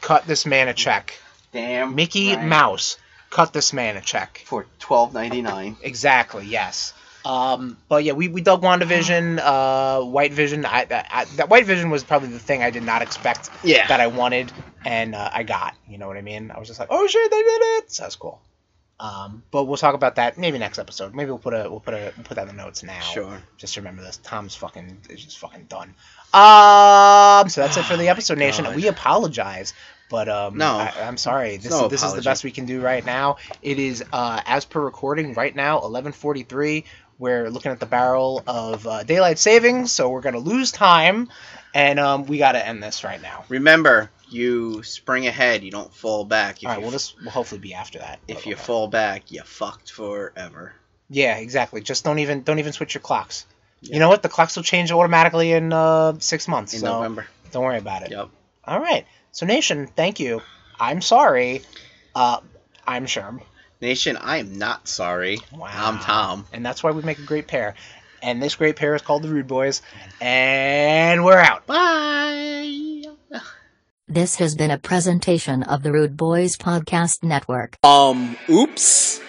Speaker 1: cut this man a check.
Speaker 2: Damn.
Speaker 1: Mickey
Speaker 2: right.
Speaker 1: Mouse cut this man a check.
Speaker 2: For twelve ninety nine.
Speaker 1: Exactly. Yes. Um, but yeah, we, we dug WandaVision, uh, White Vision. I, I, I- that White Vision was probably the thing I did not expect
Speaker 2: Yeah.
Speaker 1: that I wanted, and uh, I got. You know what I mean? I was just like, oh shit, they did it. So that's cool. Um, but we'll talk about that maybe next episode. Maybe we'll put a we'll put a we'll put that in the notes now.
Speaker 2: Sure.
Speaker 1: Just remember this. Tom's fucking is just fucking done. Um. So that's it for the episode, Nation.
Speaker 2: God.
Speaker 1: We apologize, but um.
Speaker 2: No.
Speaker 1: I, I'm sorry. This
Speaker 2: no
Speaker 1: this is the
Speaker 2: apology.
Speaker 1: best we can do right now. It is uh as per recording right now 11:43. We're looking at the barrel of uh, daylight savings, so we're gonna lose time, and um, we gotta end this right now.
Speaker 2: Remember, you spring ahead. You don't fall back. If
Speaker 1: All right.
Speaker 2: you,
Speaker 1: Well, this will hopefully be after that.
Speaker 2: if
Speaker 1: but
Speaker 2: you
Speaker 1: okay.
Speaker 2: fall back, you fucked forever.
Speaker 1: Yeah, exactly. Just don't even don't even switch your clocks.
Speaker 2: Yeah.
Speaker 1: You know what? The clocks will change automatically in uh, six months.
Speaker 2: In
Speaker 1: so
Speaker 2: November.
Speaker 1: don't worry about it.
Speaker 2: Yep.
Speaker 1: All right. So Nation, thank you. I'm sorry. Uh, I'm Sherm.
Speaker 2: Nation, I am not sorry.
Speaker 1: Wow.
Speaker 2: I'm Tom.
Speaker 1: And that's why we make a great pair. And this great pair is called the Rude Boys. And we're out.
Speaker 2: Bye.
Speaker 4: This has been a presentation of the Rude Boys Podcast Network.
Speaker 5: Um, oops.